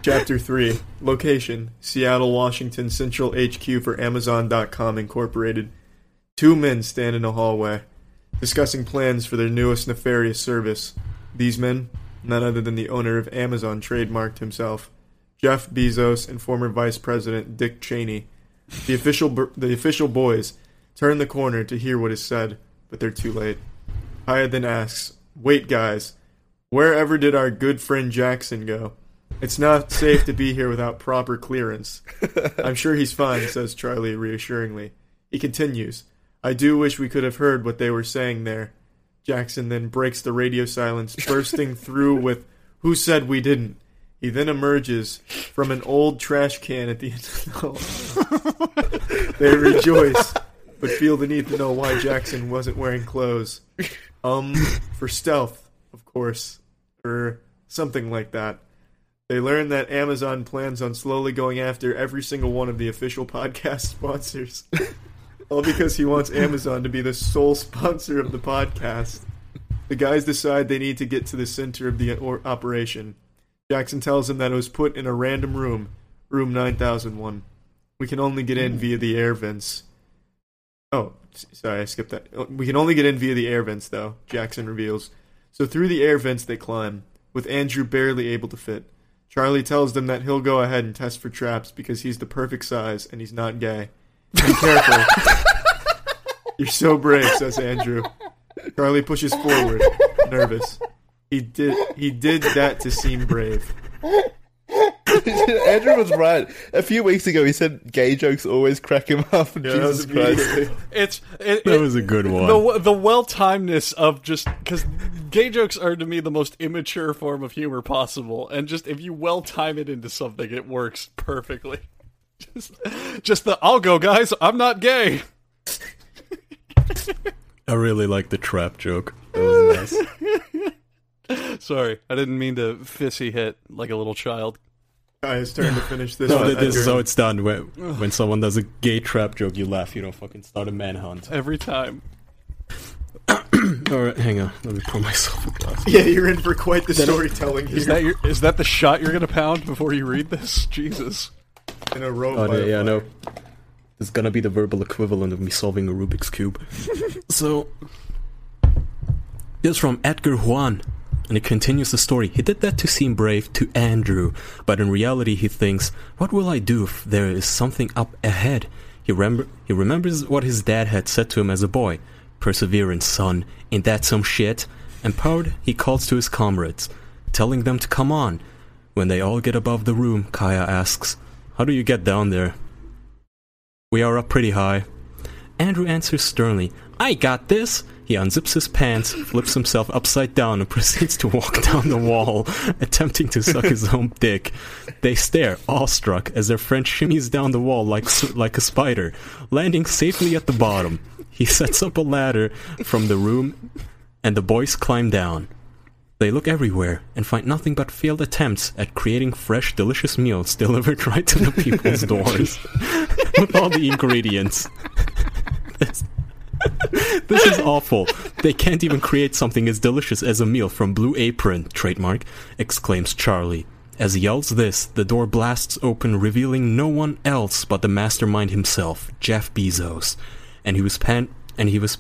C: Chapter 3 Location Seattle, Washington, Central HQ for Amazon.com Incorporated. Two men stand in a hallway, discussing plans for their newest nefarious service. These men, none other than the owner of Amazon trademarked himself, Jeff Bezos and former Vice President Dick Cheney. The official, br- the official boys turn the corner to hear what is said, but they're too late. Haya then asks, Wait, guys, wherever did our good friend Jackson go? It's not safe to be here without proper clearance. I'm sure he's fine, says Charlie reassuringly. He continues, I do wish we could have heard what they were saying there. Jackson then breaks the radio silence, bursting through with, Who said we didn't? He then emerges from an old trash can at the end of the hall. They rejoice, but feel the need to know why Jackson wasn't wearing clothes. Um, for stealth, of course, or something like that. They learn that Amazon plans on slowly going after every single one of the official podcast sponsors. All because he wants Amazon to be the sole sponsor of the podcast. The guys decide they need to get to the center of the or- operation. Jackson tells them that it was put in a random room, room 9001. We can only get in via the air vents. Oh, s- sorry, I skipped that. Oh, We can only get in via the air vents, though, Jackson reveals. So through the air vents they climb, with Andrew barely able to fit. Charlie tells them that he'll go ahead and test for traps because he's the perfect size and he's not gay. Be careful. You're so brave, says Andrew. Charlie pushes forward, nervous. He did he did that to seem brave.
B: Andrew was right. A few weeks ago, he said gay jokes always crack him up.
C: Yeah, that
B: Jesus
C: was
B: Christ.
C: immediately-
A: It's it,
D: That
A: it-
D: was a good one.
A: The the well timedness of just because gay jokes are to me the most immature form of humor possible, and just if you well time it into something, it works perfectly. Just, just the I'll go, guys. I'm not gay.
D: I really like the trap joke. That was nice.
A: Sorry, I didn't mean to fissy hit like a little child.
C: Guys, turn to finish this.
D: No,
C: one.
D: th- this is
C: Andrew.
D: how it's done. When, when someone does a gay trap joke, you laugh. You don't fucking start a manhunt.
A: Every time,
D: All right, hang on. Let me pour myself a glass.
C: Yeah, you're in for quite the storytelling
A: is
C: here
A: that your, is that the shot you're gonna pound before you read this? Jesus.
C: in a row.
D: Oh,
C: by
D: yeah,
C: the
D: yeah,
C: fire.
D: no. It's gonna be the verbal equivalent of me solving a Rubik's Cube. so, this from Edgar Juan. And it continues the story. He did that to seem brave to Andrew, but in reality, he thinks, What will I do if there is something up ahead? He, remember- he remembers what his dad had said to him as a boy Perseverance, son, ain't that some shit? Empowered, he calls to his comrades, telling them to come on. When they all get above the room, Kaya asks, How do you get down there? We are up pretty high. Andrew answers sternly, I got this! He unzips his pants, flips himself upside down, and proceeds to walk down the wall, attempting to suck his own dick. They stare, awestruck, as their friend shimmies down the wall like, s- like a spider, landing safely at the bottom. He sets up a ladder from the room, and the boys climb down. They look everywhere and find nothing but failed attempts at creating fresh, delicious meals delivered right to the people's doors with all the ingredients. this, this is awful. They can't even create something as delicious as a meal from Blue Apron, trademark, exclaims Charlie. As he yells this, the door blasts open, revealing no one else but the mastermind himself, Jeff Bezos. And he was pan- and he was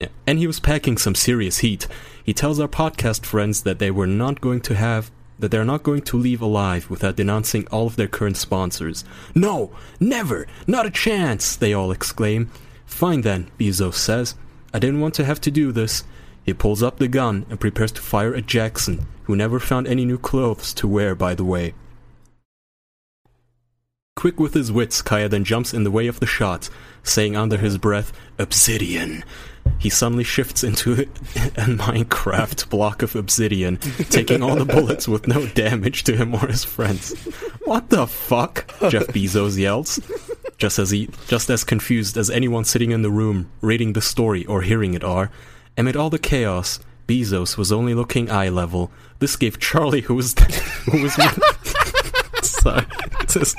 D: yeah, and he was packing some serious heat. He tells our podcast friends that they were not going to have that they're not going to leave alive without denouncing all of their current sponsors. No, never, not a chance, they all exclaim. Fine then, Bezos says. I didn't want to have to do this. He pulls up the gun and prepares to fire at Jackson, who never found any new clothes to wear, by the way. Quick with his wits, Kaya then jumps in the way of the shot, saying under his breath, Obsidian. He suddenly shifts into a Minecraft block of obsidian, taking all the bullets with no damage to him or his friends. What the fuck? Jeff Bezos yells, just as he, just as confused as anyone sitting in the room reading the story or hearing it are. Amid all the chaos, Bezos was only looking eye level. This gave Charlie, who was who was Sorry. Just-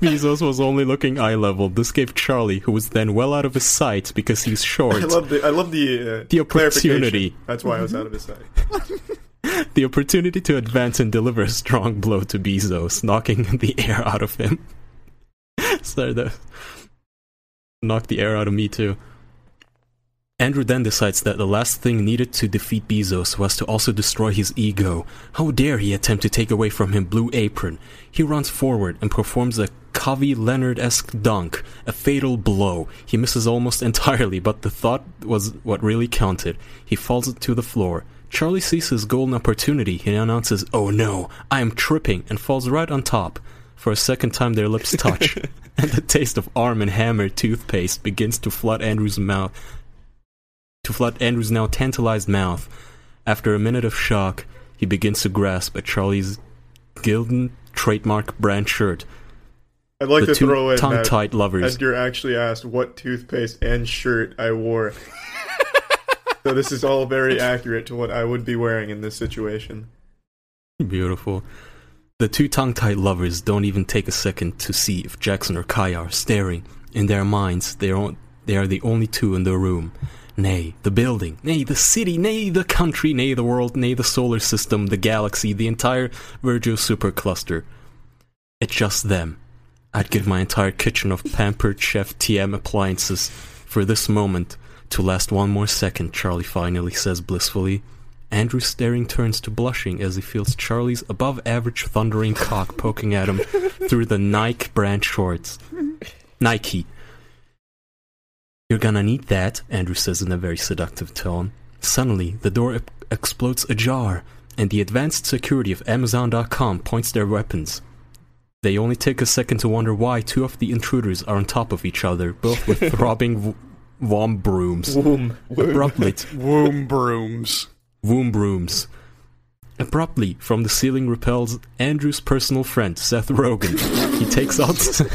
D: Bezos was only looking eye level. This gave Charlie, who was then well out of his sight because he's short,
C: I love the I love the uh,
D: The
C: clarification.
D: opportunity.
C: That's why I was out of his sight.
D: the opportunity to advance and deliver a strong blow to Bezos, knocking the air out of him. Sorry, that knocked the air out of me too. Andrew then decides that the last thing needed to defeat Bezos was to also destroy his ego. How dare he attempt to take away from him Blue Apron? He runs forward and performs a Covey Leonard esque dunk, a fatal blow. He misses almost entirely, but the thought was what really counted. He falls to the floor. Charlie sees his golden opportunity. He announces, Oh no, I am tripping, and falls right on top. For a second time, their lips touch, and the taste of arm and hammer toothpaste begins to flood Andrew's mouth. To flood Andrew's now tantalized mouth. After a minute of shock, he begins to grasp at Charlie's Gildan trademark brand shirt.
C: I'd like
D: The
C: to
D: two
C: throw in that
D: tongue-tied lovers.
C: Edgar actually asked what toothpaste and shirt I wore. so this is all very accurate to what I would be wearing in this situation.
D: Beautiful. The two tongue tied lovers don't even take a second to see if Jackson or Kaya are staring. In their minds, they are, they are the only two in the room. Nay, the building, nay, the city, nay, the country, nay, the world, nay, the solar system, the galaxy, the entire Virgo supercluster. It's just them. I'd give my entire kitchen of pampered chef TM appliances for this moment to last one more second, Charlie finally says blissfully. Andrew's staring turns to blushing as he feels Charlie's above average thundering cock poking at him through the Nike brand shorts. Nike. You're gonna need that, Andrew says in a very seductive tone. Suddenly, the door e- explodes ajar, and the advanced security of Amazon.com points their weapons. They only take a second to wonder why two of the intruders are on top of each other, both with throbbing v- vom brooms.
C: Boom.
D: Abruptly,
A: Womb brooms.
D: womb brooms. Abruptly, from the ceiling repels Andrew's personal friend, Seth Rogen. he takes out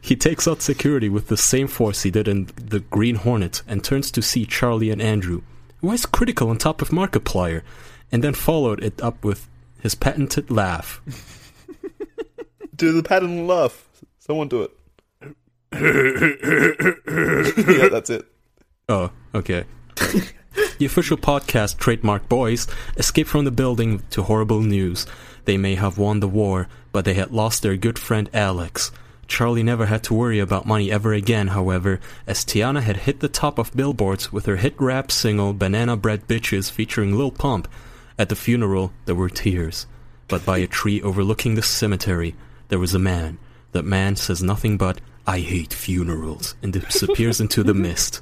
D: He takes out security with the same force he did in The Green Hornet and turns to see Charlie and Andrew. Why is critical on top of Markiplier? And then followed it up with his patented laugh.
B: Do the pattern laugh. Someone do it. yeah, that's it.
D: Oh, okay. the official podcast, Trademark Boys, escaped from the building to horrible news. They may have won the war, but they had lost their good friend Alex. Charlie never had to worry about money ever again, however, as Tiana had hit the top of billboards with her hit rap single Banana Bread Bitches featuring Lil Pump. At the funeral, there were tears. But by a tree overlooking the cemetery, there was a man. That man says nothing but, I hate funerals, and disappears into the mist.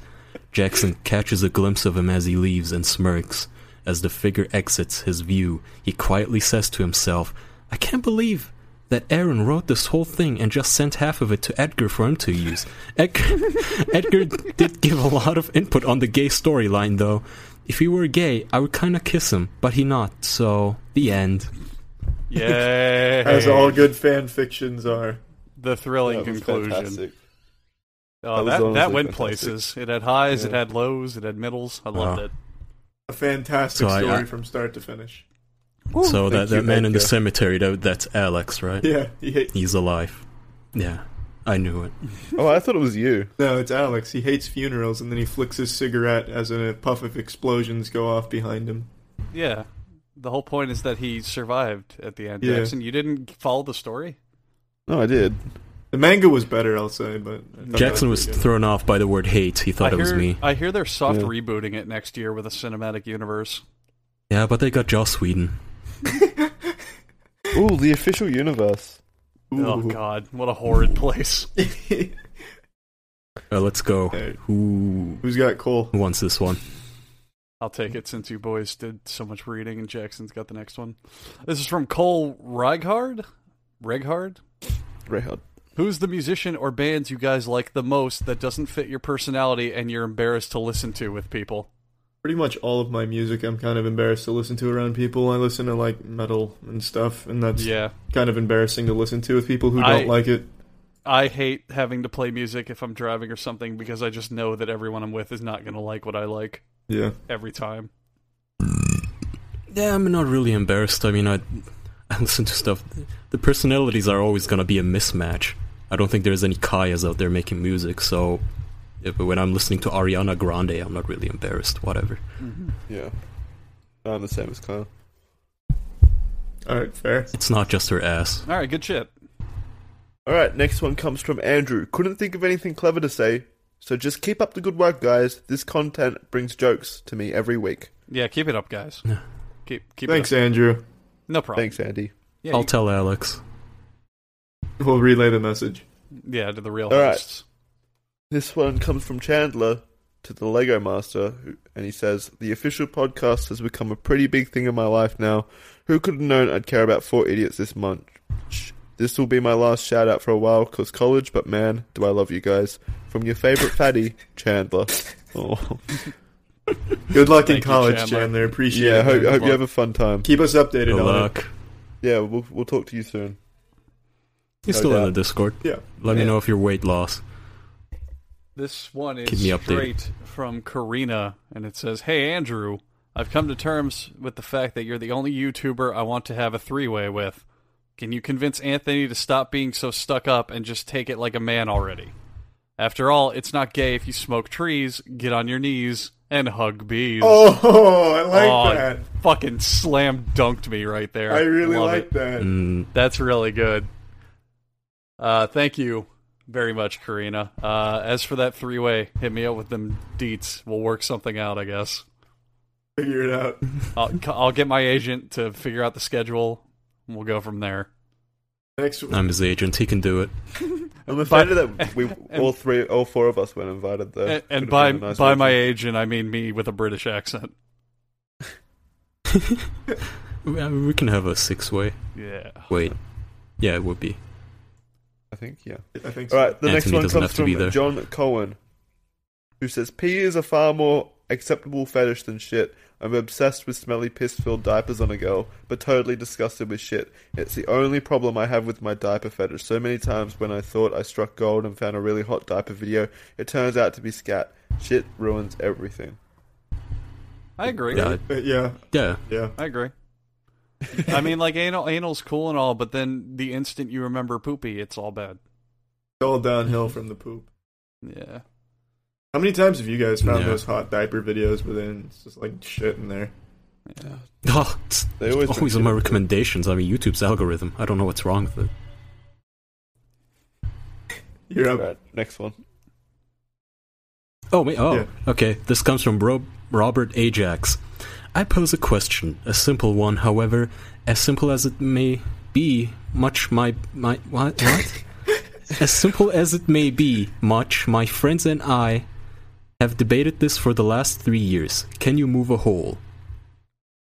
D: Jackson catches a glimpse of him as he leaves and smirks. As the figure exits his view, he quietly says to himself, I can't believe that Aaron wrote this whole thing and just sent half of it to Edgar for him to use. Edgar, Edgar did give a lot of input on the gay storyline, though. If he were gay, I would kinda kiss him, but he not, so the end.
A: Yay!
C: As all good fan fictions are.
A: the thrilling
B: That was
A: conclusion.
B: fantastic.
A: Oh, that,
B: That was
A: that,
B: honestly
A: went
B: fantastic.
A: places. It had highs, it
B: Yeah.
A: had lows, it had middles. I loved
D: Wow.
A: it.
C: A fantastic
D: So I-
C: story
D: I-
C: from start to finish.
D: so that,
B: thank you,
D: that man in the
B: Edgar.
D: cemetery, that, that's Alex, right?
C: Yeah, he hate,
D: He's alive. Yeah, I knew it.
B: Oh, I thought it was you.
C: no, it's Alex. He hates funerals, and then he flicks his cigarette as a puff of explosions go off behind him.
A: Yeah. The whole point is that he survived at the end.
C: Yeah.
A: Jackson, you didn't follow the story?
B: No, I did.
C: The manga was better, I'll say, but I thought
D: Jackson
C: that
D: was
C: pretty good.
D: thrown off by the word hate. He thought
A: I
D: it was
A: hear,
D: me.
A: I hear they're soft
B: Yeah.
A: rebooting it next year with a cinematic universe.
D: Yeah, but they got Joss Whedon.
B: Ooh, the official universe.
A: Oh,
C: Ooh.
A: God. What a horrid place.
D: Uh, let's go.
C: Hey,
D: Who
C: Who's got Cole?
D: who wants this one?
A: I'll take it since you boys did so much reading and Jackson's got the next one. This is from Cole Reghard. Reghard?
B: Rehard.
A: Who's the musician or bands you guys like the most that doesn't fit your personality and you're embarrassed to listen to with people?
C: Pretty much all of my music I'm kind of embarrassed to listen to around people. I listen to like metal and stuff, and that's
A: Yeah.
C: kind of embarrassing to listen to with people who don't
A: I-
C: like it.
A: I hate having to play music if I'm driving or something because I just know that everyone I'm with is not going to like what I like
C: Yeah.
A: every time.
D: Yeah, I'm not really embarrassed. I mean, I, I listen to stuff. The personalities are always gonna be a mismatch. I don't think there's any Kayas out there making music, so if, when I'm listening to Ariana Grande, I'm not really embarrassed. Whatever.
A: Mm-hmm.
B: Yeah. I'm the same as Kyle.
C: All right, fair.
D: It's not just her ass.
A: All right, good shit.
B: All right, next one comes from Andrew. Couldn't think of anything clever to say, so just keep up the good work, guys. This content brings jokes to me every week.
A: Yeah, keep it up, guys.
D: Yeah.
A: Keep keep
C: Thanks,
A: it up.
C: Andrew.
A: No problem.
B: Thanks, Andy.
A: Yeah,
D: I'll
A: you-
D: tell Alex.
C: We'll relay the message.
A: yeah, to the real
B: All right.
A: hosts.
B: This one comes from Chandler to the Lego Master, who- and he says, The official podcast has become a pretty big thing in my life now. Who could have known I'd care about Four Idiots this month? This will be my last shout out for a while, cause college, but man, do I love you guys. From your favorite fatty, Chandler. Oh.
C: Good luck in
A: Thank you,
C: college,
A: Chandler.
C: Chandler. Appreciate
B: Yeah, I
C: it.
B: hope, I
C: man.
B: hope you have a fun time.
C: Keep us updated on
D: Good
C: it.
D: luck.
B: Yeah, we'll, we'll talk to you soon.
D: He's
B: No
D: still in
B: doubt.
D: the Discord.
C: Yeah.
D: Let me
B: Yeah.
D: know if your weight loss.
A: This one is
D: Keep me updated.
A: straight from Karina, and it says, "Hey Andrew, I've come to terms with the fact that you're the only YouTuber I want to have a three-way with. Can you convince Anthony to stop being so stuck up and just take it like a man already? After all, it's not gay if you smoke trees, get on your knees, and hug bees."
C: Oh, I like
A: Aw,
C: that.
A: Fucking slam dunked me right there.
C: I really
A: Love
C: like
A: it.
C: that.
D: Mm,
A: That's really good. Uh, thank you very much, Karina. Uh, as for that three way, hit me up with them deets. We'll work something out, I guess.
C: Figure it out.
A: I'll, I'll get my agent to figure out the schedule. And we'll go from there.
C: Next one.
D: I'm his agent. He can do it.
B: I'm
A: But-
B: offended that we all three, all four of us weren't invited though.
C: Uh,
A: And, and
B: Could've
A: by
B: been a nice
A: by my
B: weekend.
A: agent, I mean me with a British accent.
D: We- I mean, Uh, we can have a six-way.
A: Yeah.
D: Wait. Yeah, it would be.
B: I think yeah.
C: I think so.
B: All right, the
D: Anthony
B: next one
D: doesn't
B: comes
D: have to be
B: from
D: there.
B: John Cohen, who says pee is a far more acceptable fetish than shit. I'm obsessed with smelly piss-filled diapers on a girl, but totally disgusted with shit. It's the only problem I have with my diaper fetish. So many times when I thought I struck gold and found a really hot diaper video, it turns out to be scat. Shit ruins everything.
A: I agree.
D: Yeah,
C: Uh, yeah,
D: yeah.
C: yeah.
A: I agree. I mean, like anal anal's cool and all, but then the instant you remember poopy, it's all bad.
C: It's all downhill from the poop.
A: Yeah.
C: How many times have you guys found
D: Yeah.
C: those hot diaper videos within? It's just like shit in there.
D: Oh, it's
B: They always
D: always in my recommendations. I mean, YouTube's algorithm. I don't know what's wrong with it.
C: You're up.
B: Right, next one.
D: Oh, me? Oh,
C: Yeah.
D: okay. This comes from Bro- Robert Ajax. I pose a question, a simple one, however, as simple as it may be, much my my what what? as simple as it may be, much my friends and I have debated this for the last three years. Can you move a hole?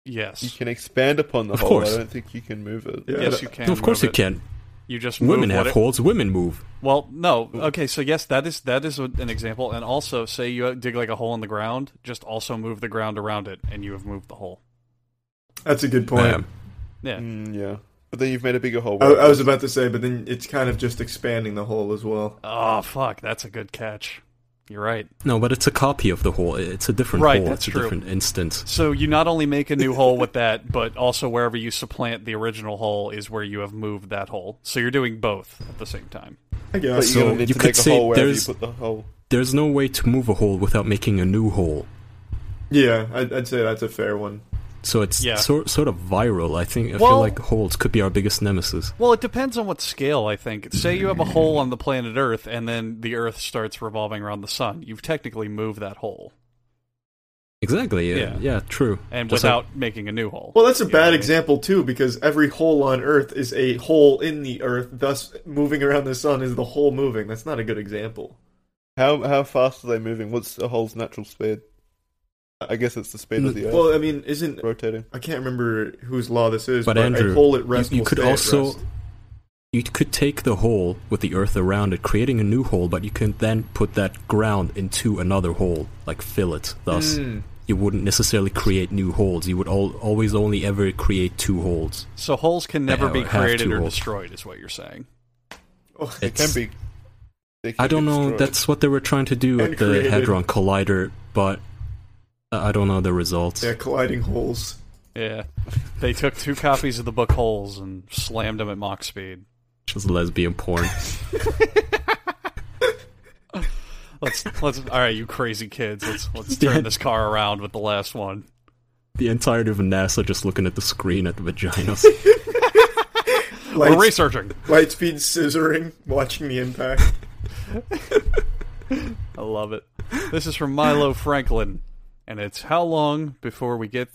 B: You
A: Yes.
B: can expand upon the
D: Of
B: hole.
D: course.
B: I don't think you can move it.
C: Yeah.
A: Yes, you can.
D: of course
A: move
D: you
A: it.
D: can.
A: You just move
D: Women
A: what
D: have
A: it-
D: holes. Women move.
A: Well, no. Okay, so yes, that is that is a- an example, and also say you dig like a hole in the ground, just also move the ground around it, and you have moved the hole.
C: That's a good point.
D: Bam.
A: Yeah,
B: Mm, yeah. But then you've made a bigger hole.
C: I, I was about to say, but then it's kind of just expanding the hole as well.
A: Oh fuck, that's a good catch. You're right.
D: No, but it's a copy of the hole. It's a different
A: Right,
D: hole.
A: that's
D: it's a
A: true.
D: different instance.
A: So you not only make a new hole with that, but also wherever you supplant the original hole is where you have moved that hole. So you're doing both at the same time.
C: I
B: but
C: guess.
D: So
B: you're gonna need
D: you
B: to
D: could
B: make a
D: say
B: hole wherever you
D: there's-
B: put the hole.
D: There's no way to move a hole without making a new hole.
C: yeah, I'd, I'd say that's a fair one.
D: So it's
A: Yeah.
D: sort sort of viral. I think I
A: Well-
D: feel like holes could be our biggest nemesis.
A: Well, it depends on what scale, I think. Say you have a hole on the planet Earth, and then the Earth starts revolving around the sun. You've technically moved that hole,
D: Exactly. Yeah.
A: Yeah.
D: Yeah. true.
A: and
D: Just
A: without making a new hole.
C: Well, that's a
A: You know what I
C: bad
A: mean?
C: example too, because every hole on Earth is a hole in the Earth. Thus, moving around the sun is the hole moving. That's not a good example.
B: How how fast are they moving? What's a hole's natural speed? I guess it's the speed of
D: Mm,
B: the Earth
C: Well, I mean, isn't
B: rotating.
C: I can't remember whose law this is,
D: But
C: but,
D: Andrew,
C: a hole at
D: you-
C: rest.
D: you
C: will
D: could
C: stay at
D: also-
C: rest.
D: you could take the hole with the earth around it, creating a new hole, but you can then put that ground into another hole, like fill it. Thus,
C: Mm.
D: you wouldn't necessarily create new holes. You would all, always only ever create two holes.
A: So holes can never
D: Yeah,
A: be
D: or have
A: created
D: two
A: or
D: holes.
A: destroyed, is what you're saying.
C: Oh,
B: It can
D: It's-
B: be. they can
D: I don't
B: be
D: know.
B: destroyed.
D: That's what they were trying to do
C: And
D: at the
C: created-
D: Hadron Collider, but I I don't know the results.
C: yeah, colliding holes.
A: Yeah, they took two copies of the book holes and slammed them at mock speed.
D: Just lesbian porn.
A: Let's let's all right, you crazy kids. Let's let's turn
D: Yeah.
A: this car around with the last one.
D: the entirety of NASA just looking at the screen at vaginas.
A: We're
C: Lights,
A: researching.
C: light speed scissoring, watching the impact.
A: I love it. This is from Milo Franklin, and it's how long before we get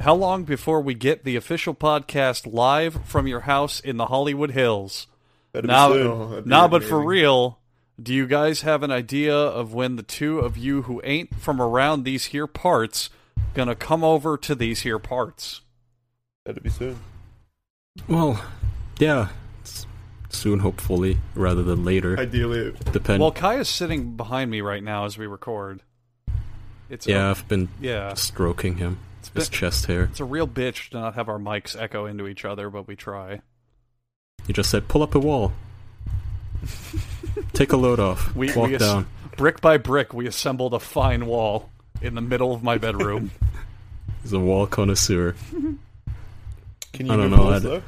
A: how long before we get the official podcast live from your house in the Hollywood Hills?
B: Better be
A: Now,
B: soon.
C: Oh, that'd be
A: nah, but for
C: amazing.
A: real, do you guys have an idea of when the two of you who ain't from around these here parts gonna come over to these here parts?
B: Better be soon.
D: Well, yeah, s- soon hopefully, rather than later.
C: Ideally,
D: Depend.
A: Well, Kai is sitting behind me right now as we record. It's
D: yeah,
A: a,
D: I've been
A: yeah.
D: stroking him.
A: It's been-
D: His chest hair.
A: It's a real bitch to not have our mics echo into each other, but we try.
D: He just said, "Pull up a wall. Take a load off.
A: We-
D: Walk
A: we as-
D: down."
A: Brick by brick, we assembled a fine wall in the middle of my bedroom.
D: He's a wall connoisseur.
B: Can
D: I
B: you
D: don't
B: move
D: know,
B: holes
D: I'd-
B: though?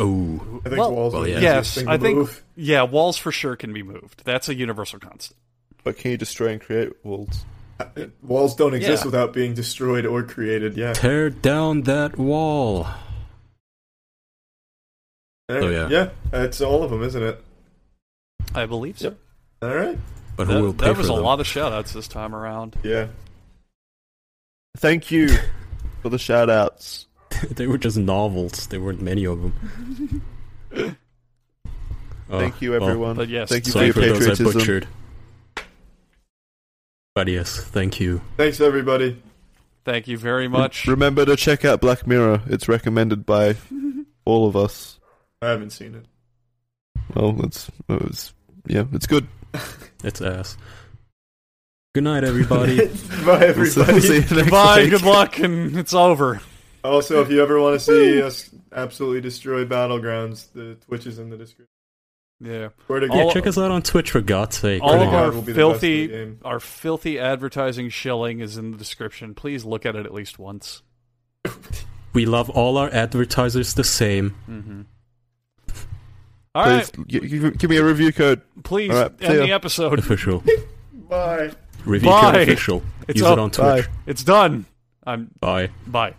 D: Oh,
C: I think
A: Well-
C: walls are
D: Well,
C: the
D: yeah.
C: easiest
A: Yes,
C: thing to
A: I think-
C: move.
A: yeah, walls for sure can be moved. That's a universal constant.
B: But can you destroy and create walls?
C: Uh, Walls don't exist
A: Yeah.
C: without being destroyed or created. Yeah.
D: tear down that wall.
C: All right.
D: So, Oh, yeah.
C: yeah, that's all of them, isn't it?
A: I believe so.
B: Yep.
C: All right.
D: But
A: That,
D: who will pay
A: that
D: for
A: was a
D: them?
A: lot of shout outs this time around.
C: Yeah.
B: Thank you for the shout outs.
D: they were just novels. There weren't many of them. Oh,
B: Thank you,
D: well,
B: everyone.
A: But yes,
B: Thank you for
D: sorry
B: your
D: for those I
B: patriotism.
D: butchered. But yes, thank you.
C: Thanks, everybody.
A: thank you very much.
B: Remember to check out Black Mirror. It's recommended by all of us.
C: I haven't seen it.
B: Well, it's, it's yeah, it's good.
D: It's ass. Good night, everybody.
C: Bye,
B: We'll see-
C: everybody.
B: we'll see you next
A: Goodbye,
B: week.
A: good luck, and it's over.
C: Also, if you ever want to see us absolutely destroy battlegrounds, the Twitch is in the description.
A: Yeah.
C: Where to
A: Yeah,
C: go?
A: All-
D: Check us out on Twitch for God's sake.
A: All
D: Come
A: of
D: on.
A: our
C: will be the best of the
A: filthy
C: game.
A: our filthy advertising shilling is in the description. Please look at it at least once.
D: we love all our advertisers the same.
A: Mm-hmm. All right,
B: Please g- g- give me a review code.
A: please
B: All right, see
A: end
B: ya.
A: the episode.
D: Official.
C: Bye.
D: Review
A: Bye.
D: code official.
A: It's
D: Use
A: up.
D: it on Twitch.
A: It's done. I'm
D: Bye.
A: bye.